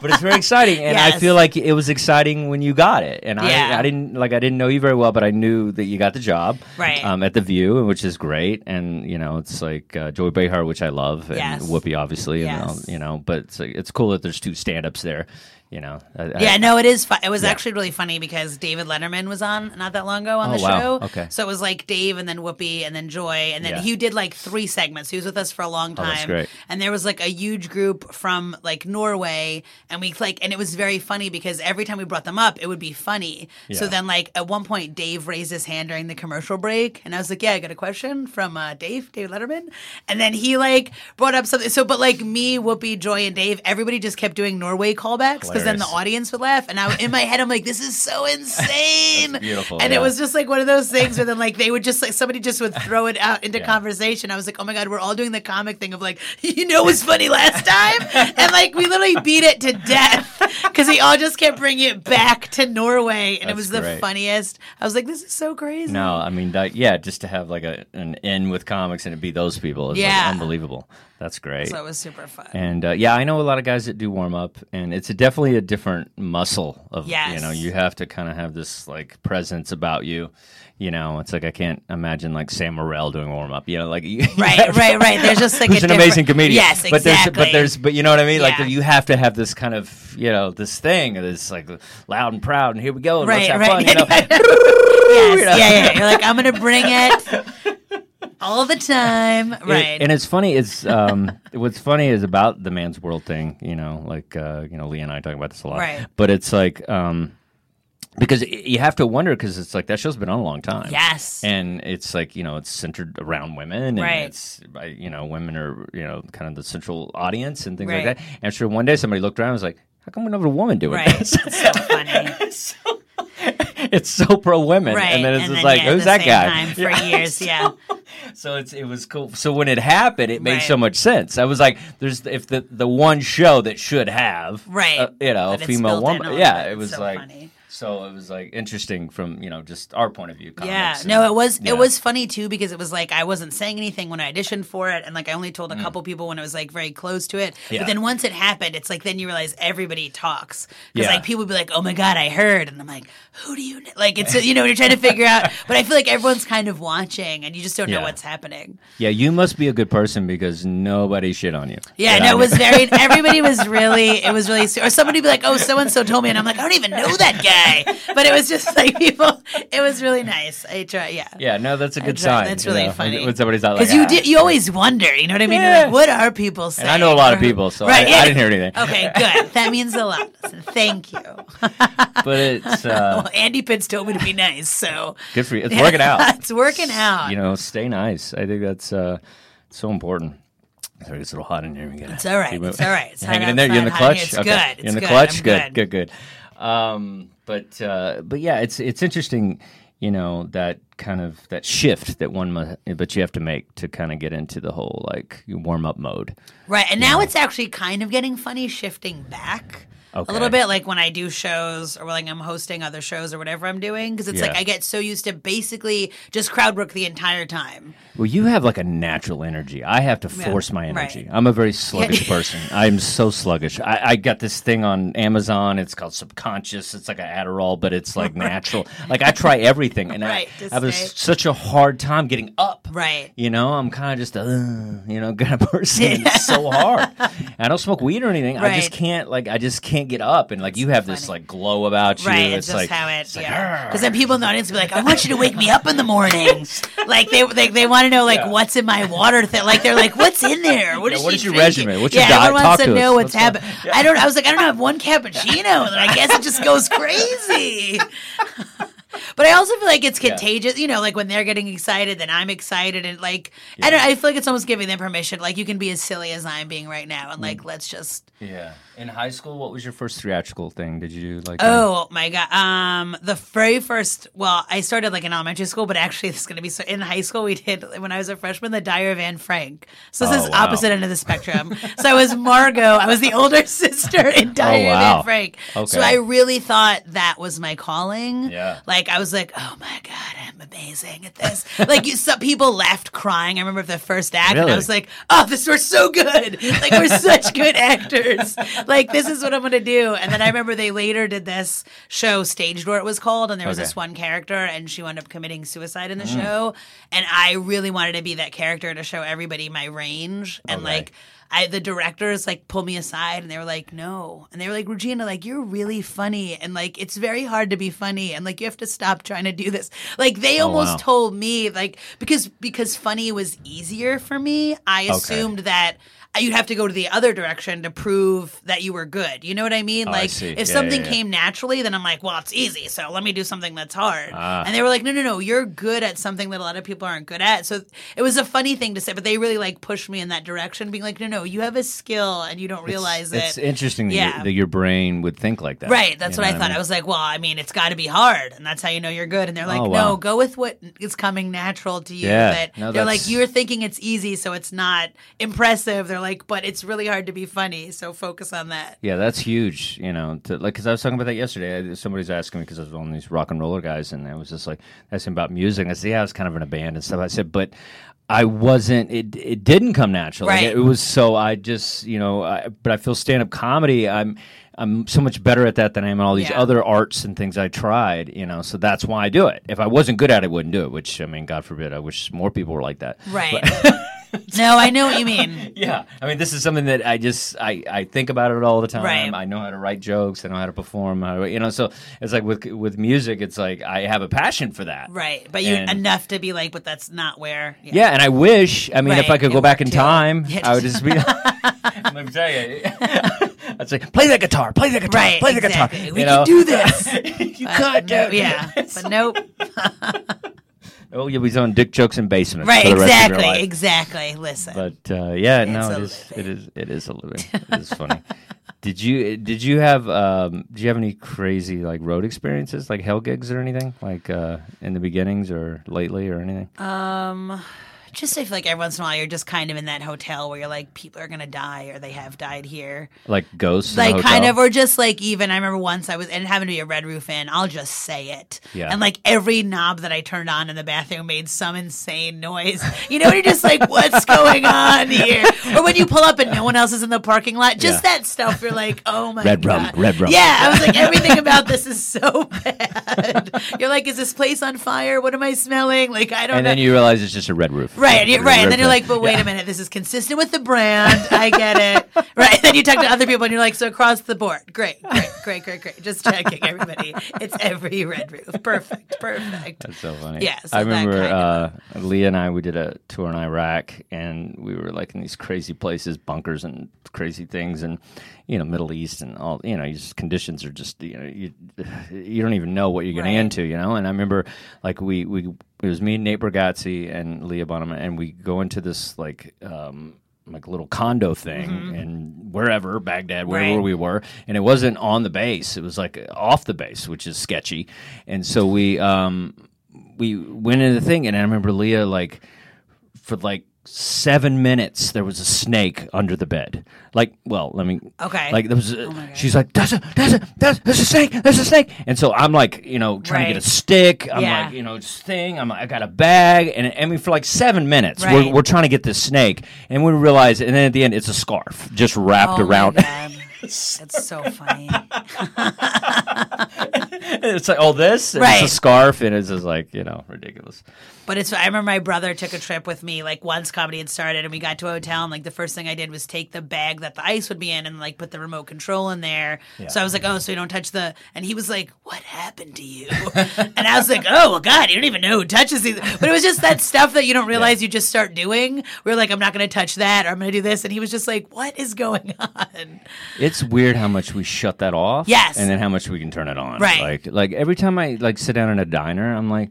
B: But it's very exciting, and I
C: *laughs* Yes.
B: feel like it was exciting when you got it. And I,
C: Yeah.
B: I didn't like I didn't know you very well, but I knew that you got the job
C: Right.
B: um, at the View, which is great. And you know, it's like uh, Joy Behar, which I love, and
C: Yes.
B: Whoopi, obviously, and all,
C: Yes.
B: you know. But it's, like, it's cool that there's two stand-ups there. You know, I- I-
C: Yeah, no, it is. Fu- it was actually really funny because David Letterman was on not that long ago on
B: Oh,
C: the
B: wow.
C: show.
B: Okay.
C: so it was like Dave and then Whoopi and then Joy and then
B: Yeah. Oh,
C: he did like three segments. He was with us for a long time.
B: that's great.
C: And there was like a huge group from like Norway, and we like, and it was very funny because every time we brought them up, it would be funny. So
B: Yeah.
C: then, like at one point, Dave raised his hand during the commercial break, and I was like, "Yeah, I got a question from uh, Dave, David Letterman," and then he like brought up something. So, but like me, Whoopi, Joy, and Dave, everybody just kept doing Norway callbacks because then the
B: Hilarious.
C: audience would laugh, and I in my head, I'm like, "This
B: *laughs*
C: is so insane."
B: beautiful,
C: And
B: yeah.
C: it was just like one of those things where then like they would just like somebody just would throw it out into
B: *laughs* Yeah.
C: conversation. I was like, oh my god, we're all doing the comic thing of like, *laughs* you know, it was funny last time, and like we literally beat it to death *laughs* because we all just kept bringing it back to Norway, and it
B: That's
C: was the
B: great.
C: funniest. I was like, this is so crazy.
B: No, I mean, that, yeah, just to have like a, an in with comics and it be those people is like,
C: Yeah.
B: unbelievable. That's great.
C: So it was super fun.
B: And uh, yeah, I know a lot of guys that do warm up, and it's a, definitely a different muscle of you
C: Yes.
B: know you have to kind of have this like presence about you. You know, it's like I can't imagine like Sam Morril doing warm up. You know, like *laughs* you-
C: Right, right, right. There's just
B: *laughs*
C: like
B: Who's
C: a
B: an
C: different-
B: amazing comedian?
C: Yes, exactly.
B: But there's, but there's, but you know what I mean. Like
C: Yeah.
B: you have to have this kind of, you know, this thing, this like loud and proud, and here we go, and
C: right,
B: let's have fun.
C: right.
B: You know?
C: *laughs*
B: *laughs*
C: yes,
B: you know?
C: yeah, yeah. You're like, I'm gonna bring it all the time. Right.
B: It- and it's funny. It's um, *laughs* what's funny is about the man's world thing. You know, like uh, you know, Lee and I talk about this a lot.
C: Right.
B: But it's like um, because y- you have to wonder because it's like that show's been on a long time.
C: yes.
B: And it's like you know it's centered around women, and
C: Right.
B: it's uh, you know women are you know kind of the central audience and things
C: Right.
B: like that. And I'm sure one day somebody looked around and was like, "How come we don't have a woman doing *laughs*
C: Right.
B: this?
C: It's so
B: *laughs*
C: funny.
B: it's so pro women."
C: Right.
B: And then it's
C: and
B: just
C: then,
B: like,
C: yeah, at
B: "Who's
C: the
B: that
C: same
B: guy?" *laughs*
C: Time for
B: Yeah.
C: years, yeah.
B: So it's it was cool. So when it happened, it made
C: Right.
B: so much sense. I was like, "There's if the the one show that should have
C: Right.
B: uh, you know,
C: But
B: a
C: it's
B: female
C: built in
B: woman."
C: on
B: Yeah,
C: that.
B: it
C: It's
B: was
C: so
B: like
C: funny.
B: so it was like interesting from you know just our point of view.
C: Yeah,
B: comics and-
C: no, it was
B: yeah.
C: it was funny too because it was like I wasn't saying anything when I auditioned for it, and like I only told a couple people when I was like very close to it.
B: Mm. Yeah.
C: But then once it happened, it's like then you realize everybody talks because
B: Yeah.
C: like people would be like, "Oh my god, I heard," and I'm like, "Who do you know? like?" It's you know when you're trying to figure
B: *laughs*
C: out, but I feel like everyone's kind of watching, and you just don't
B: Yeah.
C: know what's happening.
B: yeah. You must be a good person because nobody shit on you.
C: Yeah,
B: But I
C: no, it was very. Everybody was really. It was really. Or somebody be like, "Oh, so and so told me," and I'm like, "I don't even know that guy." But it was just like people. It was really nice. I try. Yeah.
B: *laughs* Yeah, no, that's a good
C: That's right.
B: sign.
C: That's
B: you
C: really
B: know,
C: funny.
B: When somebody's not like,
C: Because you
B: "Ah."
C: did, you always wonder. You know what I mean? You're
B: Yeah.
C: Like, what are people saying?
B: And I know a lot of
C: *laughs* Or who-
B: people, so I- I didn't hear
C: *laughs*
B: anything. *laughs*
C: Okay, good. That means a lot. So Thank you.
B: but it's uh,
C: *laughs* Well, Andy Pitts told me to be nice, so
B: good for you. It's working
C: *laughs*
B: out.
C: it's working out.
B: you know, stay nice. I think that's uh, so important. Sorry, it's a little hot in here. We gotta
C: It's all right.
B: keep
C: It's
B: moving.
C: all right. It's
B: You're hanging
C: hot
B: in there. You're in the
C: outside,
B: clutch.
C: hot in here. It's
B: okay.
C: good.
B: You're in the
C: It's good.
B: clutch.
C: I'm
B: Good. Good.
C: good.
B: Good. Um, but uh, but yeah, it's it's interesting. You know that kind of that shift that one, mu- but you have to make to kind of get into the whole like warm up mode.
C: Right. And now it's actually kind of getting funny shifting back.
B: Okay.
C: A little bit like when I do shows or like I'm hosting other shows or whatever I'm doing because it's like
B: Yeah.
C: I get so used to basically just crowd work the entire time.
B: Well, you have like a natural energy. I have to force my
C: right.
B: energy. I'm a
C: *laughs*
B: very sluggish person. I'm so sluggish. I, I got this thing on Amazon. It's called Subconscious. It's like an Adderall,
C: *laughs*
B: but it's like natural. Like I try everything, and
C: Right,
B: I
C: to
B: have a,
C: stay-
B: such a hard time getting up
C: Right.
B: You know, I'm kind of just a, uh, you know, *laughs* kind of person. It's so hard. And I don't smoke weed or anything. I just
C: Right.
B: can't, like, I just can't get up. And, like, you have this,
C: funny.
B: like, glow about you.
C: Right,
B: It's
C: it's, just
B: like,
C: how it. yeah, because then people in the audience will be like, "I want you to wake me up in
B: *laughs*
C: the morning." like they, they, they want to know like what's in my water. Thing. Like they're like, "What's in there? What is
B: what
C: she
B: is your
C: drinking?"
B: regimen? What's your
C: yeah,
B: diet?
C: everyone
B: Talk
C: wants to,
B: to us.
C: know
B: What's
C: what's
B: up?
C: happening. I don't. I was like, I don't have one cappuccino, and I guess it just
B: *laughs*
C: goes crazy. *laughs* But I also feel like it's contagious, you know, like when they're getting excited, then I'm excited, and like I don't. I feel like it's almost giving them permission. Like you can be as silly as I'm being right now, and
B: Mm.
C: like let's just
B: yeah. In high school, what was your first theatrical thing? Did you do, like, uh,
C: Oh my god! Um, the very first. Well, I started like in elementary school, but actually, *laughs* this is going to be so. In high school, we did when I was a freshman, the Diary of Anne Frank. So this
B: Oh,
C: is
B: wow.
C: opposite end of the spectrum. so I was Margot. I was the older *laughs* sister in Diary of
B: Oh, wow.
C: Anne Frank. So
B: Okay.
C: I really thought that was my calling.
B: Yeah.
C: Like I was like, oh my god, I'm amazing at this. like you, some people left crying. I remember the first act, and I
B: Really?
C: was like, oh, this we're so good. Like we're
B: *laughs*
C: such good actors. Like this is what I'm gonna do. And then I remember they later did this show, Stage Door, it was called, and there was
B: Okay. Mm.
C: this one character, and she wound up committing suicide in the show. And I really wanted to be that character to show everybody my range and
B: Okay.
C: like. I, the directors like pulled me aside and they were like, no. And they were like, Regina, like, you're really funny. And like, it's very hard to be funny. And like, you have to stop trying to do this. Like, they almost
B: Oh, wow.
C: told me, like, because, because funny was easier for me, I assumed that you'd have to go to the other direction to prove that you were good. You know what I mean? like,
B: Oh, see.
C: if
B: Yeah,
C: something
B: yeah, yeah.
C: came naturally, then I'm like, well, it's easy. So let me do something that's hard.
B: Ah.
C: And they were like, no, no, no, you're good at something that a lot of people aren't good at. So it was a funny thing to say, but they really like pushed me in that direction, being like, no, no, you have a skill and you don't realize it.
B: It's interesting that,
C: Yeah.
B: your, that your brain would think like that.
C: Right, that's
B: You
C: what I
B: know
C: thought. I, was like, well, I mean, it's got to be hard, and that's how you know you're good. And they're like,
B: Oh, wow.
C: no, go with what is coming natural to you.
B: Yeah,
C: That
B: no,
C: they're
B: that's-
C: like, you're thinking it's easy, so it's not impressive. They're like, but it's really hard to be funny, so focus on that.
B: Yeah, that's huge. You know, to, like because I was talking about that yesterday. I, somebody's asking me because I was one of these rock and roller guys, and I was just like asking about music. I said, "Yeah, I was kind of in a band and stuff." I said, "But I wasn't. It it didn't come natural. Like,
C: Right.
B: it was so I just you know. I, but I feel stand up comedy. I'm I'm so much better at that than I am at all these
C: Yeah.
B: other arts and things I tried. You know, so that's why I do it. If I wasn't good at it, I wouldn't do it. Which I mean, God forbid. I wish more people were like that.
C: Right.
B: *laughs*
C: no, I know what you mean.
B: Yeah, I mean, this is something that I just I, I think about it all the time.
C: Right.
B: I know how to write jokes. I know how to perform. How to, you know, so it's like with with music, it's like I have a passion for that.
C: Right, but you
B: And-
C: enough to be like, but that's not where.
B: Yeah, and I wish. I mean, if I
C: Right,
B: could
C: it
B: go back in
C: worked, yeah.
B: time,
C: Yeah,
B: I would just be. *laughs* Let me tell you, *laughs* I'd say, play that guitar, play that guitar,
C: Right,
B: play the
C: exactly.
B: guitar.
C: We
B: you
C: can
B: know? *laughs*
C: do this.
B: you
C: But
B: could,
C: no-
B: dude.
C: yeah,
B: *laughs*
C: but nope.
B: Oh, you'll be telling dick jokes in basements.
C: Right,
B: for the rest of your
C: exactly,
B: life.
C: exactly. Listen,
B: But uh, yeah, no,
C: a
B: it is, it is it is a
C: *laughs*
B: living. It is funny. did you did you have um, did you have any crazy like road experiences like hell gigs or anything like uh, in the beginnings or lately or anything?
C: Uh, just I feel like every once in a while you're just kind of in that hotel where you're like, people are gonna die or they have died here.
B: like ghosts, in
C: like
B: a
C: kind
B: hotel?
C: of or just like even i remember once i was and having to be a red roof in i'll just say it
B: Yeah.
C: and like every knob that i turned on in the bathroom made some insane noise you know when you're just like what's going on here or when you pull up and no one else is in the parking lot just that stuff you're like oh my
B: Red rum,
C: god
B: red rum.
C: yeah i was like everything about this is so *laughs* bad you're like is this place on fire what am i smelling like i don't
B: and
C: know
B: then you realize it's just a red roof.
C: Right, you're, right. And
B: Red
C: then you're
B: roof.
C: like, but wait a minute, this is consistent with the brand. I get it. Right. Then you talk to other people and you're like, so across the board. Great, great, great, great, great. Just checking everybody. It's every red roof. Perfect, perfect.
B: That's so funny.
C: Yeah, so
B: I
C: that
B: remember
C: kind
B: uh, Leah and I we did a tour in Iraq, and we were like in these crazy places, bunkers and crazy things, and you know, Middle East and all. You know, these conditions are just you know you you don't even know what you're getting
C: Right.
B: into, you know. And I remember like we we it was me, Nate Bergazzi, and Leah Bonham, and we go into this like. um like little condo thing and wherever Baghdad, wherever
C: Mm-hmm. Right.
B: we were, and it wasn't on the base; it was like off the base, which is sketchy. And so we um, we went into the thing, and I remember Leah like for like seven minutes there was a snake under the bed. Like, well, let me.
C: Okay. Oh
B: Like there was. A, she's like, there's a, there's a, there's, there's a snake, there's a snake, and so I'm like, you know, trying to
C: Right.
B: get a stick. I'm
C: Yeah.
B: like, you know, this thing. I'm like, I got a bag, and I mean, for like seven minutes,
C: Right.
B: we're, we're trying to get this snake, and we realize, and then at the end, it's a scarf just wrapped
C: Oh my
B: around.
C: God. That's so funny.
B: *laughs* it's like all this, and
C: Right.
B: it's a scarf, and it's just like you know ridiculous.
C: But it's I remember my brother took a trip with me like once comedy had started and we got to a hotel and like the first thing I did was take the bag that the ice would be in and like put the remote control in there. So I was like, Oh, so you don't touch the and he was like, What happened to you? *laughs* and I was like, Oh well God, you don't even know who touches these But it was just that stuff that you don't realize you just start doing. We were like, I'm not gonna touch that or I'm gonna do this and he was just like, What is going on?
B: It's weird how much we shut that off.
C: Yes.
B: And then how much we can turn it on.
C: Right.
B: Like like every time I like sit down in a diner, I'm like,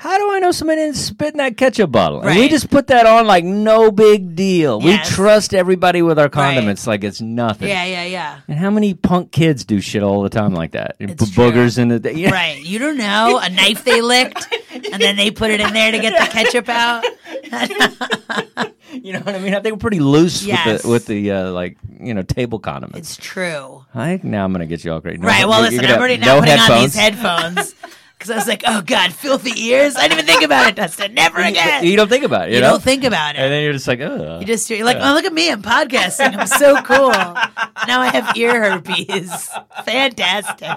B: how do I know somebody didn't spit in that ketchup bottle? And we
C: Right.
B: just put that on like no big deal.
C: Yes.
B: We trust everybody with our condiments like it's nothing.
C: Yeah, yeah, yeah.
B: And how many punk kids do shit all the time like that? You
C: It's
B: put boogers
C: *laughs*
B: in the yeah.
C: Right. You don't know. A knife they licked and then they put it in there to get the ketchup out.
B: You know what I mean? I think we're pretty loose with
C: Yes.
B: the with the uh, like you know table condiments.
C: It's true.
B: I think now I'm gonna get you all great. No,
C: Right. Well,
B: you're
C: listen,
B: gonna
C: I'm already
B: have
C: not
B: no
C: putting on
B: headphones.
C: these headphones because I was like, oh God, filthy ears. I didn't even think about it, Dustin. Never again.
B: You don't think about it. You,
C: You
B: know?
C: don't think about it.
B: And then you're just like, ugh.
C: you just you're like, oh look at me, I'm podcasting. I'm so cool. now I have ear herpes. Fantastic.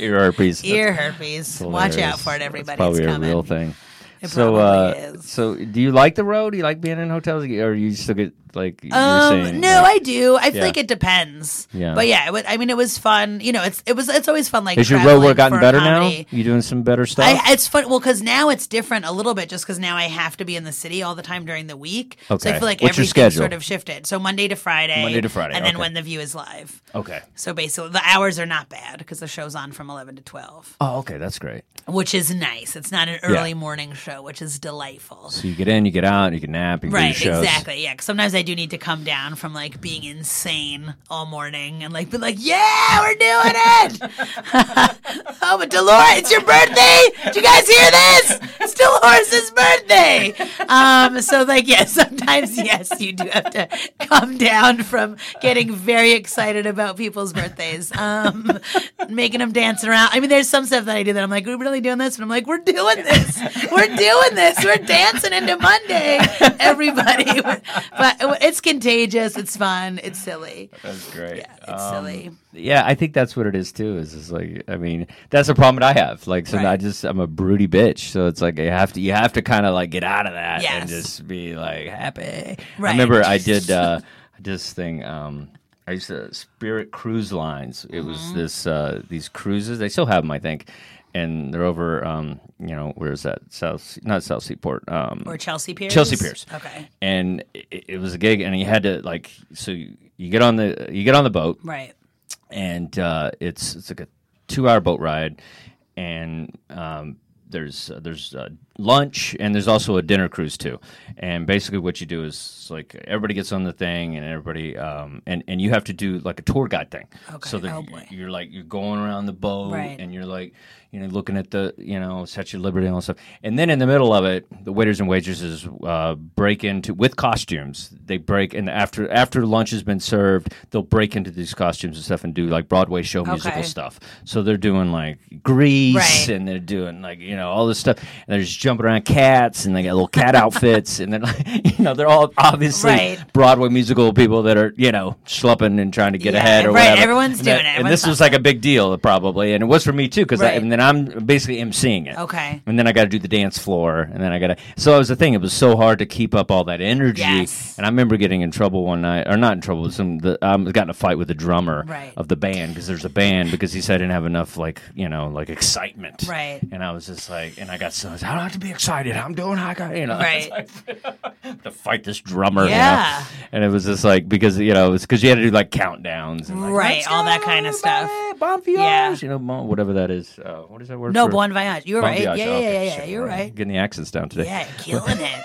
B: ear herpes.
C: Ear herpes. Watch out for it, everybody.
B: It's probably
C: it's
B: a
C: coming.
B: real thing.
C: It
B: so, uh,
C: probably is.
B: so do you like the road? Do you like being in hotels, or you still get like you were
C: Um,
B: saying?
C: no,
B: like,
C: I do. I feel
B: Yeah.
C: like it depends.
B: Yeah.
C: But yeah, it, wa- I mean, it was fun. You know, it's it was it's always fun. Like,
B: has your road
C: traveling
B: work gotten
C: for
B: better
C: comedy.
B: now? You doing some better stuff?
C: I, it's fun. Well, because now it's different a little bit, just because now I have to be in the city all the time during the week. So
B: Okay.
C: I feel like
B: What's your
C: everything
B: schedule?
C: sort of shifted. So Monday to Friday.
B: Monday to Friday,
C: And then
B: okay.
C: when the view is live.
B: okay.
C: So basically, the hours are not bad because the show's on from 11 to 12,
B: Oh, okay, that's great.
C: which is nice. It's not an early morning show, which is delightful.
B: So you get in, you get out, you can nap, you can
C: Right,
B: do your shows.
C: exactly. Yeah, 'cause sometimes I do need to come down from like being insane all morning and like be like, "Yeah, we're doing it!" oh, but Dolores, it's your birthday. Did you guys hear this? It's Dolores' birthday. Um, so like, yeah, *laughs* sometimes yes, you do have to come down from getting very excited about people's birthdays, um, making them dance around. I mean, there's some stuff that I do that I'm like, "We're really doing this," and I'm like, "We're doing this. We're doing this. We're dancing into Monday, everybody." *laughs* But it's contagious. It's fun. It's silly.
B: That's great. Yeah.
C: It's silly.
B: I think that's what it is too. Is is like, I mean, that's a problem that I have. Like, so
C: Right.
B: I just, I'm a broody bitch. So it's like you have to, you have to kind of like get out of that and
C: Yes.
B: just be like happy.
C: Right.
B: I remember I did uh, this thing. Um, I used to Spirit Cruise Lines. It
C: Mm-hmm.
B: was this uh, these cruises. They still have them, I think, and they're over. Um, you know, where is that? South, not South Seaport. Um,
C: Or Chelsea Pierce.
B: Chelsea Pierce.
C: Okay.
B: and it, it was a gig, and you had to like. So you, you get on the you get on the boat,
C: Right.
B: and uh, it's it's like a two hour boat ride, and um, there's there's uh, lunch and there's also a dinner cruise too, and basically what you do is like everybody gets on the thing and everybody um, and and you have to do like a tour guide thing,
C: Okay.
B: so that
C: Oh,
B: you-
C: boy.
B: you're like you're going around the boat
C: Right.
B: and you're like you know looking at the you know statue of liberty and all that stuff and then in the middle of it the waiters and waitresses uh, break into with costumes they break and after after lunch has been served they'll break into these costumes and stuff and do like broadway show musical
C: Okay.
B: stuff so they're doing like grease
C: Right.
B: and they're doing like you know all this stuff and they're just jumping around cats and they got little cat outfits and they're *laughs* like you know they're all obviously
C: Right.
B: broadway musical people that are you know schlepping and trying to get
C: Yeah,
B: ahead or
C: right,
B: whatever
C: everyone's
B: And
C: doing
B: that-
C: it,
B: and
C: everyone's
B: this was was like a big deal probably and it was for me too because
C: Right.
B: and then i'm basically emceeing it
C: Okay.
B: and then i got to do the dance floor and then i got to so that was the thing it was so hard to keep up all that energy
C: Yes.
B: and i remember getting in trouble one night or not in trouble but some the, i got in a fight with the drummer
C: Right.
B: of the band because there's a band because he said i didn't have enough like you know like excitement
C: Right.
B: and i was just like and i got so i don't have to be excited i'm doing how i got you know
C: Right.
B: to fight this drummer you know?
C: Yeah.
B: and it was just like because you know it was because you had to do like countdowns and like,
C: Right,
B: "Let's
C: all that
B: go,
C: kind of stuff."
B: everybody, Bon voyage,
C: Yeah.
B: you know, bon, whatever that is. Uh, what is that word?
C: No,
B: for-
C: Bon Voyage. You're
B: Bon
C: right.
B: voyage.
C: Yeah, yeah,
B: Okay,
C: yeah, yeah.
B: shit,
C: You're
B: all
C: right.
B: Getting the accents down today.
C: Yeah, killing it.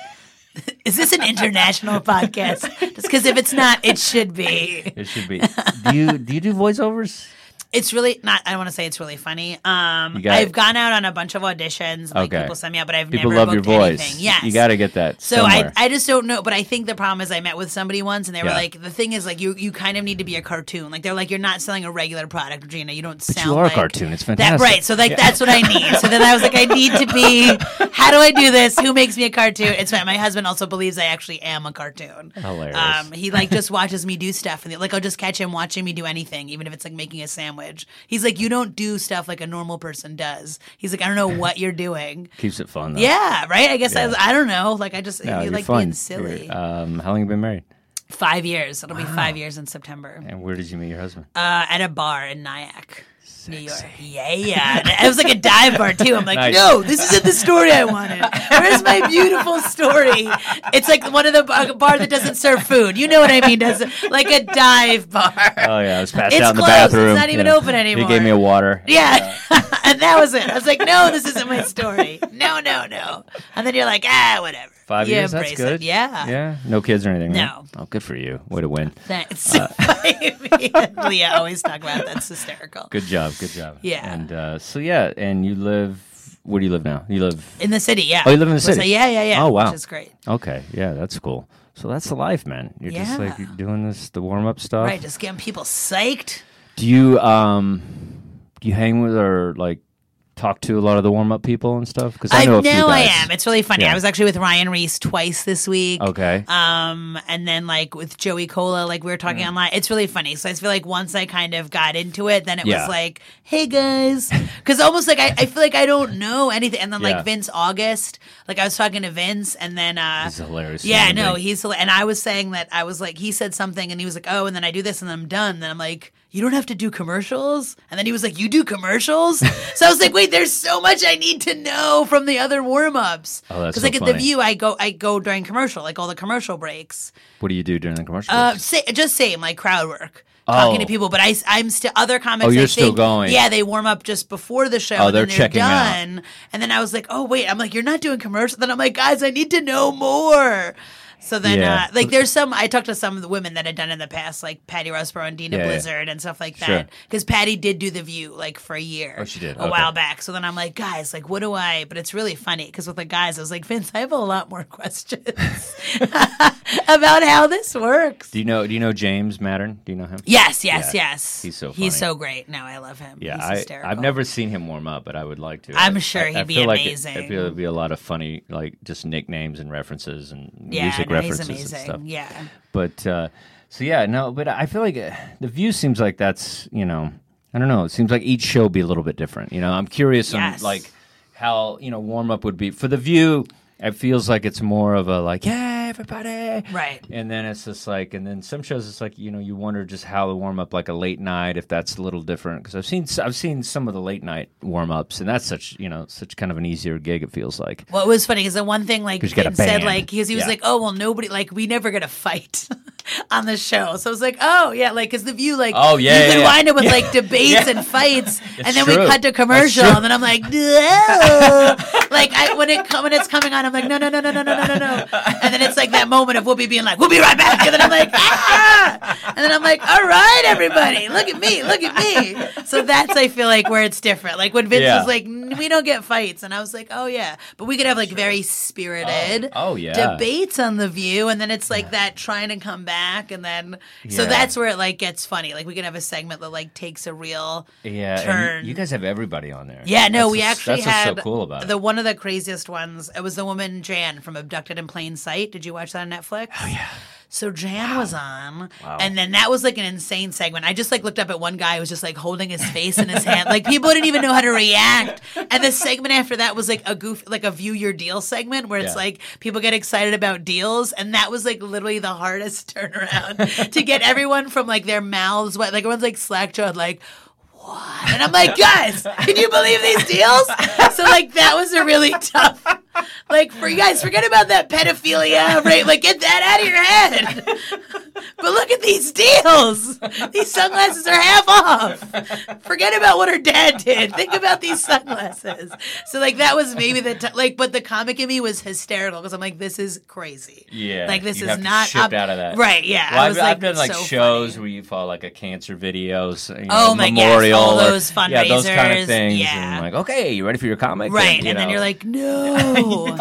C: *laughs* Is this an
B: *laughs*
C: international podcast? Just because if it's not, it should be.
B: It should
C: *laughs*
B: be. do you do you do voiceovers?
C: It's really not. I want to say it's really funny. Um,
B: got
C: I've
B: it.
C: gone out on a bunch of auditions. Like
B: Okay.
C: people send me out, but I've
B: People
C: never
B: love your
C: booked
B: voice.
C: anything. Yes,
B: you got to get that.
C: So
B: somewhere.
C: I, I just don't know, but I think the problem is I met with somebody once and they were
B: Yeah.
C: like, the thing is like you you kind of need to be a cartoon. Like they're like you're not selling a regular product, Regina. You don't sound.
B: you are a
C: like
B: cartoon. It's
C: That,
B: fantastic.
C: right. So like that's what I need. So then I was like, I need to be.
B: *laughs*
C: How do I do this? Who makes me a cartoon? It's fine. My husband also believes I actually am a cartoon.
B: Hilarious. *laughs*
C: Um, he like just watches me do stuff and like I'll just catch him watching me do anything, even if it's like making a sandwich language. He's like, you don't do stuff like a normal person does. He's like, I don't know what
B: *laughs*
C: you're doing.
B: Keeps it fun though.
C: Yeah, right. I guess I, was- I don't know. Like I just
B: No,
C: you
B: you're
C: like
B: fun.
C: being silly.
B: You're- um, how long you been married?
C: five years. It'll be five years in September.
B: And where did you meet your husband?
C: Uh, at a bar in Nyack, New York. Yeah, yeah. It was like a dive bar too. I'm like, no, this isn't the story I wanted. Where's my beautiful story? It's like one of the a bar that doesn't serve food. You know what I mean? Doesn't like a dive bar.
B: oh yeah, I
C: *laughs*
B: was passed
C: it's
B: out in the
C: closed. It's
B: bathroom.
C: not even open anymore.
B: He gave me a water.
C: Yeah. *laughs* and that was it. I was like, no, this isn't my story. No, no, no. And then you're like, ah, whatever.
B: Five
C: You
B: years. That's
C: embrace
B: good.
C: It. Yeah.
B: Yeah. No kids or anything. right?
C: No.
B: Oh, good for you. Way to win.
C: That's
B: Uh,
C: so funny. Me and *laughs* Leah always talk about that. That's hysterical.
B: Good job. Good job.
C: Yeah.
B: And uh, so yeah, and you live. Where do you live now? You live.
C: In the city, yeah.
B: Oh, you live in the
C: So,
B: city?
C: yeah, yeah, yeah.
B: Oh, wow.
C: Which is great.
B: Okay. Yeah, that's cool. So that's the life, man. You're just
C: Yeah.
B: like you're doing this the warm up stuff.
C: Right, just getting people psyched.
B: Do you um do you hang with or like talk to a lot of the warm up people and stuff? Because I know a few
C: now I
B: guys.
C: am. It's really funny.
B: Yeah. Oh.
C: I was actually with Ryan Reese twice this week.
B: Okay.
C: Um, and then like with Joey Cola, like we were
B: Mm.
C: talking online. It's really funny. So I feel like once I kind of got into it, then it
B: Yeah.
C: was like,
B: *laughs*
C: hey guys, because almost like I, I feel like I don't know anything. And then
B: Yeah.
C: like Vince August, like I was talking to Vince, and then uh,
B: He's a hilarious
C: Yeah,
B: human
C: no,
B: being.
C: he's hila- and I was saying that I was like, he said something, and he was like, oh, and then I do this, and then I'm done. Then I'm like. You don't have to do commercials. And then he was like, You do commercials? so I was like, Wait, there's so much I need to know from the other warm ups.
B: Oh, that's
C: Because
B: so
C: like at the
B: funny.
C: view, I go I go during commercial, like all the commercial breaks.
B: what do you do during the commercial?
C: Uh,
B: breaks?
C: say, just same like crowd work, talking to
B: Oh.
C: people. But I, I'm still other comics.
B: Oh, you're
C: I
B: still
C: think-
B: going.
C: Yeah, they warm up just before the show.
B: Oh,
C: and
B: they're
C: then they're
B: checking out.
C: done. And then I was like, oh wait, I'm like, you're not doing commercial. Then I'm like, guys, I need to know more. So then,
B: Yeah.
C: uh, like, there's some. I talked to some of the women that had done in the past, like Patty Rusbro and Dina
B: Yeah, yeah.
C: Blizzard and stuff like
B: Sure.
C: that. Because Patty did do the View like for a year.
B: Oh, she did.
C: a
B: Okay.
C: while back. So then I'm like, guys, like, what do I? But it's really funny because with the guys, I was like, Vince, I have a lot more *laughs* questions *laughs* about how this works.
B: do you know do you know James Mattern? Do you know him?
C: Yes, yes,
B: Yeah.
C: yes.
B: He's so
C: he's
B: funny.
C: so great. No, I love him.
B: Yeah,
C: he's
B: I,
C: hysterical.
B: I've never seen him warm up, but I would like to.
C: I'm
B: I-
C: sure
B: I- I
C: he'd be
B: feel like It, I
C: amazing.
B: feel it'd be a lot of funny, like just nicknames and references and
C: Yeah,
B: music
C: no, he's
B: references
C: amazing.
B: and stuff.
C: Yeah,
B: But uh, so yeah, no, but I feel like uh, the view seems like that's you know I don't know. It seems like each show would be a little bit different. You know, I'm curious
C: Yes.
B: on like how you know warm up would be for the view. It feels like it's more of a like yeah everybody
C: Right.
B: and then it's just like and then some shows it's like you know you wonder just how the warm up like a late night if that's a little different because I've seen s- I've seen some of the late night warm ups and that's such you know such kind of an easier gig it feels like
C: Well, it was funny because the one thing like
B: 'Cause you got a
C: Vince said
B: band.
C: like because he was
B: Yeah.
C: like, oh well, nobody like we never get a fight *laughs* on the show. So I was like, oh yeah, like because the view like
B: Oh, yeah,
C: you
B: yeah,
C: could
B: *laughs* yeah.
C: wind up with like debates
B: *laughs*
C: and fights, and then we
B: true.
C: cut to
B: That's
C: commercial,
B: true.
C: and then
B: *laughs*
C: I'm like, no, like I, when it come, when it's coming on, I'm like, no no no no no no no no no, and then it's like that moment of Whoopi being like, we'll be right back, and then I'm like, ah, and then I'm like, all right, everybody, look at me, look at me. So that's I feel like where it's different. Like when Vince
B: Yeah.
C: was like like "N- we don't get fights and i was like oh yeah but we could have like very spirited
B: Oh, oh, yeah.
C: debates on the view and then it's like that trying to come back and then so
B: Yeah.
C: that's where it like gets funny like we could have a segment that like takes a real
B: yeah and
C: turn
B: you guys have everybody on there
C: yeah, no,
B: That's
C: we
B: what's-
C: actually
B: that's what's
C: had
B: so cool about it.
C: the one of the craziest ones. It was the woman Jan from Abducted in Plain Sight. Did you watch that on Netflix? Oh yeah. So Jan was on, and then that was like an insane segment. I just like looked up at one guy who was just like holding his face in his hand, like people didn't even know how to react. And the segment after that was like a goof, like a view your deal segment where it's
B: Yeah.
C: like people get excited about deals, and that was like literally the hardest *laughs* turnaround to get everyone from like their mouths wet, like everyone's like slack jawed, like what? And I'm like, guys, can you believe these deals? So like that was a really *laughs* tough. Like for you guys, forget about that pedophilia rate. Like get that out of your head. *laughs* But look at these deals. These sunglasses are half off. Forget about what her dad did. Think about these sunglasses. So like that was maybe the t- like, but the comic in me was hysterical because I'm like, this is crazy.
B: Yeah,
C: like this
B: you
C: is
B: have to
C: not
B: shift
C: up-
B: out of that.
C: Right? Yeah,
B: Well,
C: I
B: I've,
C: was like,
B: I've done like
C: so
B: shows
C: funny.
B: where you follow like a cancer videos, you know,
C: Oh my gosh,
B: memorial,
C: all
B: or-
C: those
B: yeah, those kind
C: fundraisers,
B: of things,
C: yeah.
B: and like, okay, you ready for your comic? *laughs*
C: Right, and,
B: you
C: then
B: know,
C: you're like, no,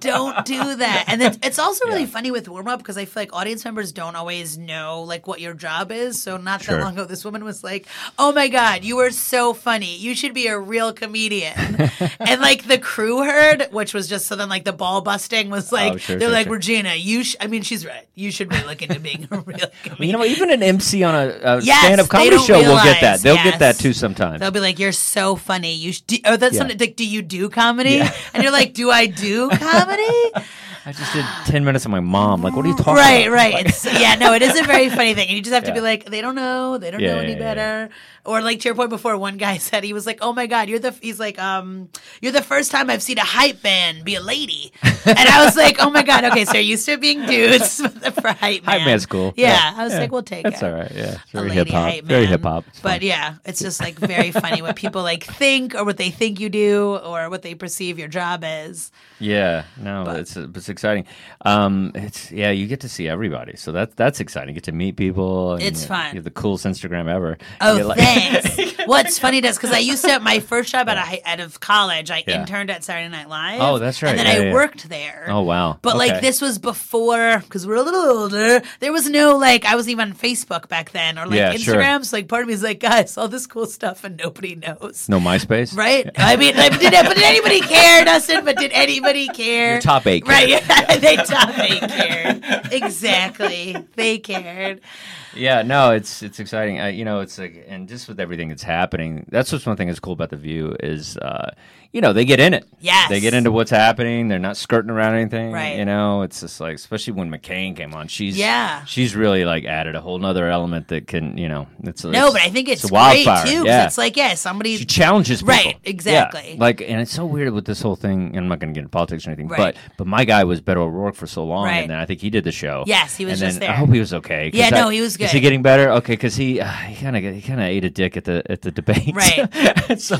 C: don't do that. And it's, it's also really funny with warm up because I feel like audience members don't always know like what your job is. So not that long ago, this woman was like, "Oh my god, you were so funny. You should be a real comedian."
B: *laughs*
C: and like the crew heard, which was just so then like the ball busting was like
B: Oh, sure,
C: they're
B: sure,
C: like
B: sure.
C: Regina, you. Sh-, I mean, she's right. You should be looking into being
B: *laughs*
C: a real comedian.
B: You know, even an MC on a, a
C: Yes,
B: stand-up
C: they
B: comedy
C: don't
B: show will get
C: realize,
B: that. They'll get that
C: yes.
B: too sometimes.
C: They'll be like, "You're so funny. You sh- do, oh, that's
B: Yeah.
C: something like, do you do comedy?"
B: Yeah.
C: And you're like, "Do I
B: *laughs*
C: do comedy?"
B: I just did ten minutes of my mom. Like, what are you talking
C: right,
B: about? *laughs*
C: right. It's, yeah, no, it is a very funny thing, and you just have to be
B: Yeah.
C: like, "They don't know. They don't
B: Yeah,
C: know
B: yeah,
C: any
B: yeah,
C: better." Or like to your point before, one guy *laughs* said he was like, "Oh my god, you're the." He's like, "Um, you're the first time I've seen a hype man be a lady," and I was like, "Oh my god, okay, so you're used to being dudes *laughs* for hype man."
B: Hype man's cool.
C: Yeah,
B: Yeah.
C: I was like, "We'll take
B: That's
C: it."
B: all right. Yeah, It's
C: a
B: very
C: lady
B: hip hop.
C: hype
B: Very
C: man.
B: hip hop.
C: But yeah, it's just like very funny what people like think or what they think you do or what they perceive your job is.
B: yeah, no, it's it's exciting. Um, it's yeah, you get to see everybody, so that that's exciting. You get to meet people. and
C: It's
B: you-
C: fun.
B: You have the coolest Instagram ever.
C: Oh,
B: You're *laughs* like-
C: thanks. What's funny is because I used to my first job out of hi- out of college, I
B: Yeah.
C: interned at Saturday Night Live.
B: Oh, that's right.
C: And then
B: Yeah,
C: I
B: yeah, yeah.
C: worked there.
B: oh wow.
C: But like
B: Okay.
C: this was before, because we're a little older. There was no like I wasn't even on Facebook back then or like
B: Yeah, sure.
C: Instagram. So like part of me is like, guys, all this cool stuff and nobody
B: *laughs*
C: knows.
B: no MySpace.
C: Right? I mean, like, did, but did anybody care, Dustin? But did anybody care?
B: Your top eight.
C: Right, yeah, they thought they cared. Exactly, they cared.
B: Yeah, no, it's it's exciting. Uh, you know, it's like, and just with everything that's happening, that's what's one thing that's cool about the View is, uh, you know, they get in it.
C: Yes.
B: they get into what's happening. They're not skirting around anything.
C: Right.
B: You know, it's just like, especially when McCain came on, she's
C: Yeah.
B: she's really like added a whole nother element that can, you know, it's
C: No, but I think it's,
B: a
C: great
B: wildfire,
C: too. 'cause
B: yeah.
C: It's like, yeah, somebody.
B: she challenges people.
C: Right, exactly.
B: Yeah, Like, and it's so weird with this whole thing. And I'm not going to get into politics or anything,
C: Right.
B: but but my guy was Beto O'Rourke for so long,
C: Right.
B: and then I think he did the show.
C: Yes, he was
B: and
C: just
B: then,
C: there.
B: I hope he was okay. 'cause
C: Yeah,
B: I-
C: no, he was
B: Is he
C: good.
B: getting better? Okay, because he uh, he kind of he kind of ate a dick at the at the debate.
C: Right.
B: And *laughs* so.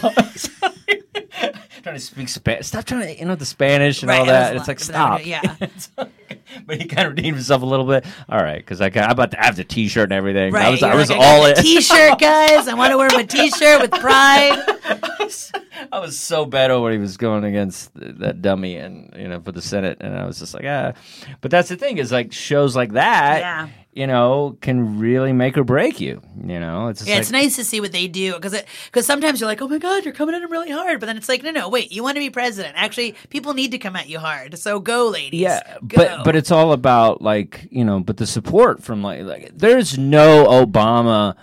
B: Trying to speak Spanish. Stop trying to, you know, the Spanish and
C: Right,
B: all
C: it was
B: that.
C: a
B: It's
C: lot,
B: like,
C: but
B: stop.
C: that was- yeah.
B: *laughs* It's like- but he kind of redeemed himself a little bit. All right, because I, got- I'm about to have the T-shirt and everything.
C: Right,
B: I was, I
C: you're
B: was
C: like,
B: all
C: got
B: in.
C: the T-shirt, guys. I want to wear
B: *laughs*
C: my T-shirt with pride.
B: I was so bad over he was going against th- that dummy and you know for the Senate, and I was just like, ah. But that's the thing is like shows like that,
C: Yeah.
B: you know, can really make or break you. You know, it's just
C: Yeah,
B: like,
C: it's nice to see what they do because because sometimes you're like, oh my god, you're coming at him really hard, but then it's like, no, no, wait, you want to be president. Actually, people need to come at you hard. So go, ladies.
B: yeah,
C: go.
B: but but it's all about like you know, but the support from like like there's no Obama,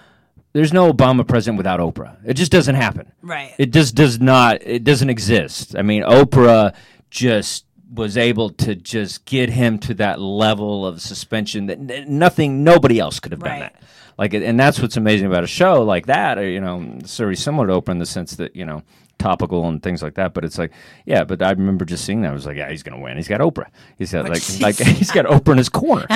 B: there's no Obama president without Oprah. It just doesn't happen.
C: right.
B: It just does not. It doesn't exist. I mean, Oprah just was able to just get him to that level of suspension that n- nothing, nobody else could have done
C: Right.
B: that. Like, and that's what's amazing about a show like that. Or, you know, it's very similar to Oprah in the sense that you know, topical and things like that. But it's like, yeah. But I remember just seeing that. I was like, yeah, he's gonna win. He's got Oprah. He's got like, like *laughs* he's got Oprah in his
C: *laughs*
B: corner. *laughs*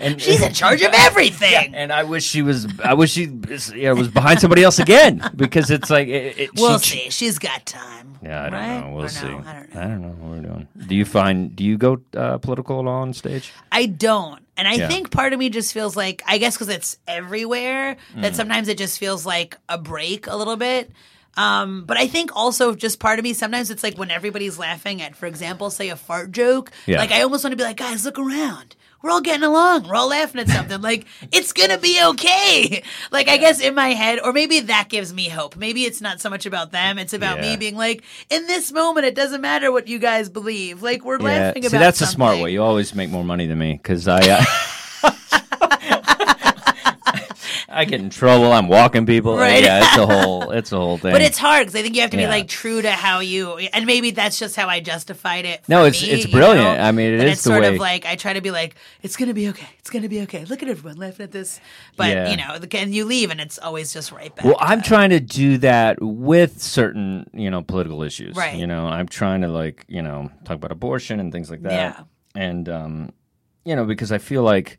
B: and,
C: She's in charge of
B: *laughs*
C: everything.
B: and I wish she was. I wish she yeah, was behind somebody else
C: *laughs*
B: again because it's like it, it,
C: We'll
B: she,
C: see. She's got time.
B: Yeah, I don't
C: right?
B: know. We'll
C: Or
B: see.
C: No, I don't know.
B: I don't know what we're doing. Do you find? Do you go uh, political at all on stage?
C: I don't. And I
B: Yeah.
C: think part of me just feels like, I guess because it's everywhere,
B: Mm.
C: that sometimes it just feels like a break a little bit. Um, but I think also just part of me, sometimes it's like when everybody's laughing at, for example, say a fart joke,
B: Yeah.
C: like I almost want to be like, guys, look around. We're all getting along. We're all laughing
B: *laughs*
C: at something. Like, it's going to be okay. *laughs* Like, I guess in my head, or maybe that gives me hope. Maybe it's not so much about them. It's about me
B: Yeah.
C: being like, in this moment, it doesn't matter what you guys believe. Like, we're laughing
B: See,
C: about
B: that's a smart
C: something.
B: way. You always make more money than me because I.
C: *laughs*
B: Uh, *laughs* I get in trouble. I'm walking people.
C: Right.
B: Yeah, it's a whole. It's a whole thing.
C: *laughs* But it's hard because I think you have to be
B: Yeah.
C: like true to how you, and maybe that's just how I justified it. for
B: No, it's-
C: me,
B: it's
C: you
B: brilliant.
C: know?
B: I mean, it
C: and
B: is
C: it's
B: the
C: sort
B: way-
C: of like I try to be like, it's gonna be okay, it's gonna be okay. Look at everyone laughing at this, but
B: Yeah.
C: you know, the- and you leave, and it's always just right back.
B: Well, I'm trying to do that with certain, you know, political issues.
C: Right.
B: You know, I'm trying to like, you know, talk about abortion and things like that. Yeah. And um, you know, because I feel like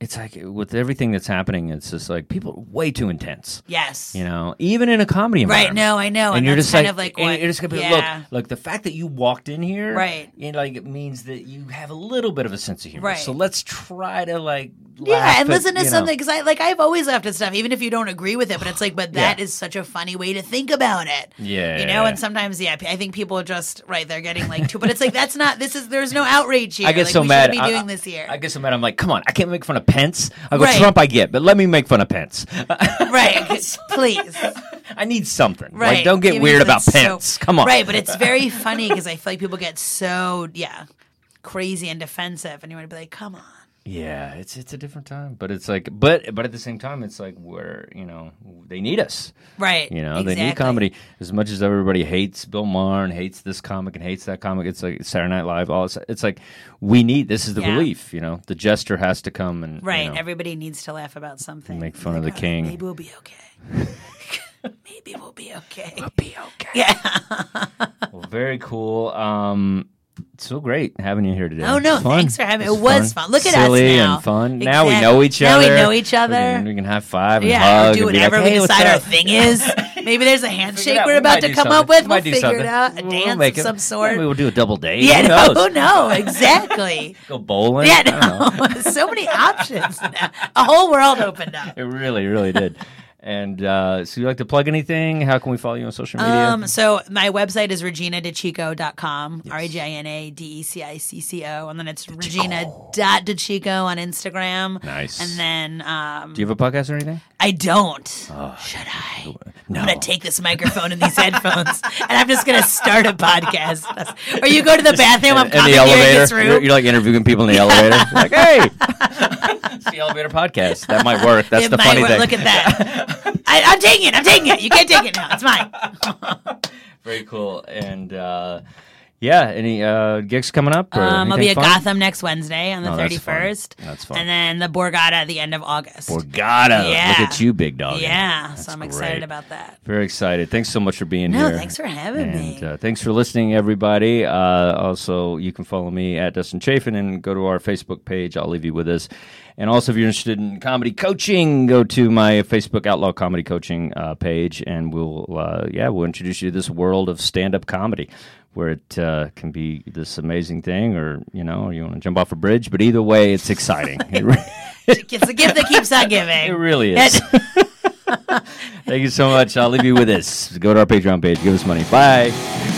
B: it's like with everything that's happening, it's just like people are way too intense.
C: yes,
B: You know, even in a comedy
C: right.
B: environment.
C: No, I know,
B: And,
C: and,
B: you're
C: that's
B: just
C: kind
B: like,
C: of like
B: and
C: what,
B: you're just gonna be like,
C: yeah.
B: look, look, the fact that you walked in here,
C: Right.
B: You know, like it means that you have a little bit of a sense of humor.
C: Right.
B: So let's try to like
C: Yeah,
B: laugh
C: and
B: at,
C: listen to
B: you know.
C: something because I like I've always laughed at stuff, even if you don't agree with it. But it's like, but that is
B: Yeah.
C: such a funny way to think about it.
B: Yeah,
C: you
B: yeah,
C: know. And
B: yeah.
C: sometimes, yeah, I think people are just right. They're getting like too, but it's like that's not. This is there's no outrage here.
B: I get
C: like,
B: so
C: we
B: mad.
C: Be
B: I-
C: doing
B: I,
C: this year,
B: I get so mad. I'm like, come on, I can't make fun of Pence. I go
C: Right.
B: Trump. I get, but let me make fun of Pence. *laughs*
C: right? *laughs* Please,
B: I need something.
C: right?
B: Like, don't get
C: Give me
B: weird about
C: something so-
B: Pence. Come on.
C: right? But
B: *laughs*
C: it's very funny because I feel like people get so yeah crazy and defensive, and you want to be like, come on.
B: Yeah, it's it's a different time, but it's like, but but at the same time, it's like we're you know they need us.
C: Right.
B: You know,
C: exactly.
B: they need comedy as much as everybody hates Bill Maher and hates this comic and hates that comic. It's like Saturday Night Live. All it's, it's like we need this is the
C: Yeah.
B: relief. You know, the jester has to come and you
C: Right.
B: know,
C: Everybody needs to laugh about something.
B: Make fun of the
C: "Oh,
B: king."
C: Maybe we'll be okay. *laughs* maybe we'll be okay. We'll be okay. Yeah.
B: well, very cool. Um, so great having you here today.
C: Oh no,
B: Fun.
C: thanks for having
B: It's
C: It was fun. Look at
B: Silly
C: us now.
B: and fun. Now we
C: Exact-
B: know each
C: now
B: other.
C: we know each other.
B: We can, we can high five and
C: yeah,
B: hug.
C: or do
B: and be like,
C: whatever
B: "Hey,
C: we
B: what's
C: decide our
B: up?" *laughs*
C: thing is. Maybe there's a handshake
B: Yeah,
C: we're
B: we
C: about
B: might
C: to
B: do
C: come
B: something.
C: up with.
B: We
C: We'll
B: might do
C: figure
B: something.
C: it out. A
B: We'll
C: dance
B: make
C: of
B: it. *laughs*
C: some sort.
B: Maybe we'll do a double date.
C: yeah,
B: Who
C: no,
B: knows?
C: who knows? Exactly.
B: Go bowling. *laughs* I don't know.
C: yeah, no. *laughs* so many options now. A whole world opened up.
B: It really, really
C: *laughs*
B: did. And uh, so, you like to plug anything? How can we follow you on social media?
C: Um, so my website is reginadecico.com, R E G I N A D E C I C C O, and then it's regina.dechico on Instagram.
B: Nice.
C: And then um,
B: do you have a podcast or anything?
C: I don't. Should I? I'm
B: No.
C: gonna take this microphone and these headphones, and I'm just gonna start a podcast. Or you go to the bathroom. I'm
B: in the
C: commandeering this
B: elevator,
C: room.
B: you're, you're like interviewing people in the
C: *laughs*
B: elevator. You're like, hey, it's the elevator podcast. That might work. That's
C: It
B: the
C: might
B: funny
C: work.
B: thing.
C: Look at that. I, I'm taking it. I'm taking it. You can't take it now.
B: *laughs*
C: It's mine.
B: Very cool. And uh, yeah, any uh, gigs coming up? Or
C: Um, I'll be at
B: anything fun?
C: Gotham next Wednesday on the
B: Oh, that's
C: thirty
B: fun.
C: first.
B: That's fun.
C: And then the Borgata at the end of August.
B: Borgata.
C: Yeah.
B: Look at you, big dog.
C: yeah, so I'm
B: Oh, great.
C: excited about that.
B: Very excited. Thanks so much for being
C: No,
B: here.
C: thanks for having me.
B: And uh, thanks for listening, everybody. Uh, also, you can follow me at Dustin Chafin and go to our Facebook page. I'll leave you with this. And also, if you're interested in comedy coaching, go to my Facebook Outlaw Comedy Coaching uh, page, and we'll uh, yeah we'll introduce you to this world of stand up comedy, where it uh, can be this amazing thing, or you know, you want to jump off a bridge. But either way, it's exciting. *laughs* It re-
C: It's the gift that keeps on
B: *laughs*
C: giving.
B: it really is. *laughs* Thank you so much. I'll leave you with this. Go to our Patreon page. Give us money. Bye.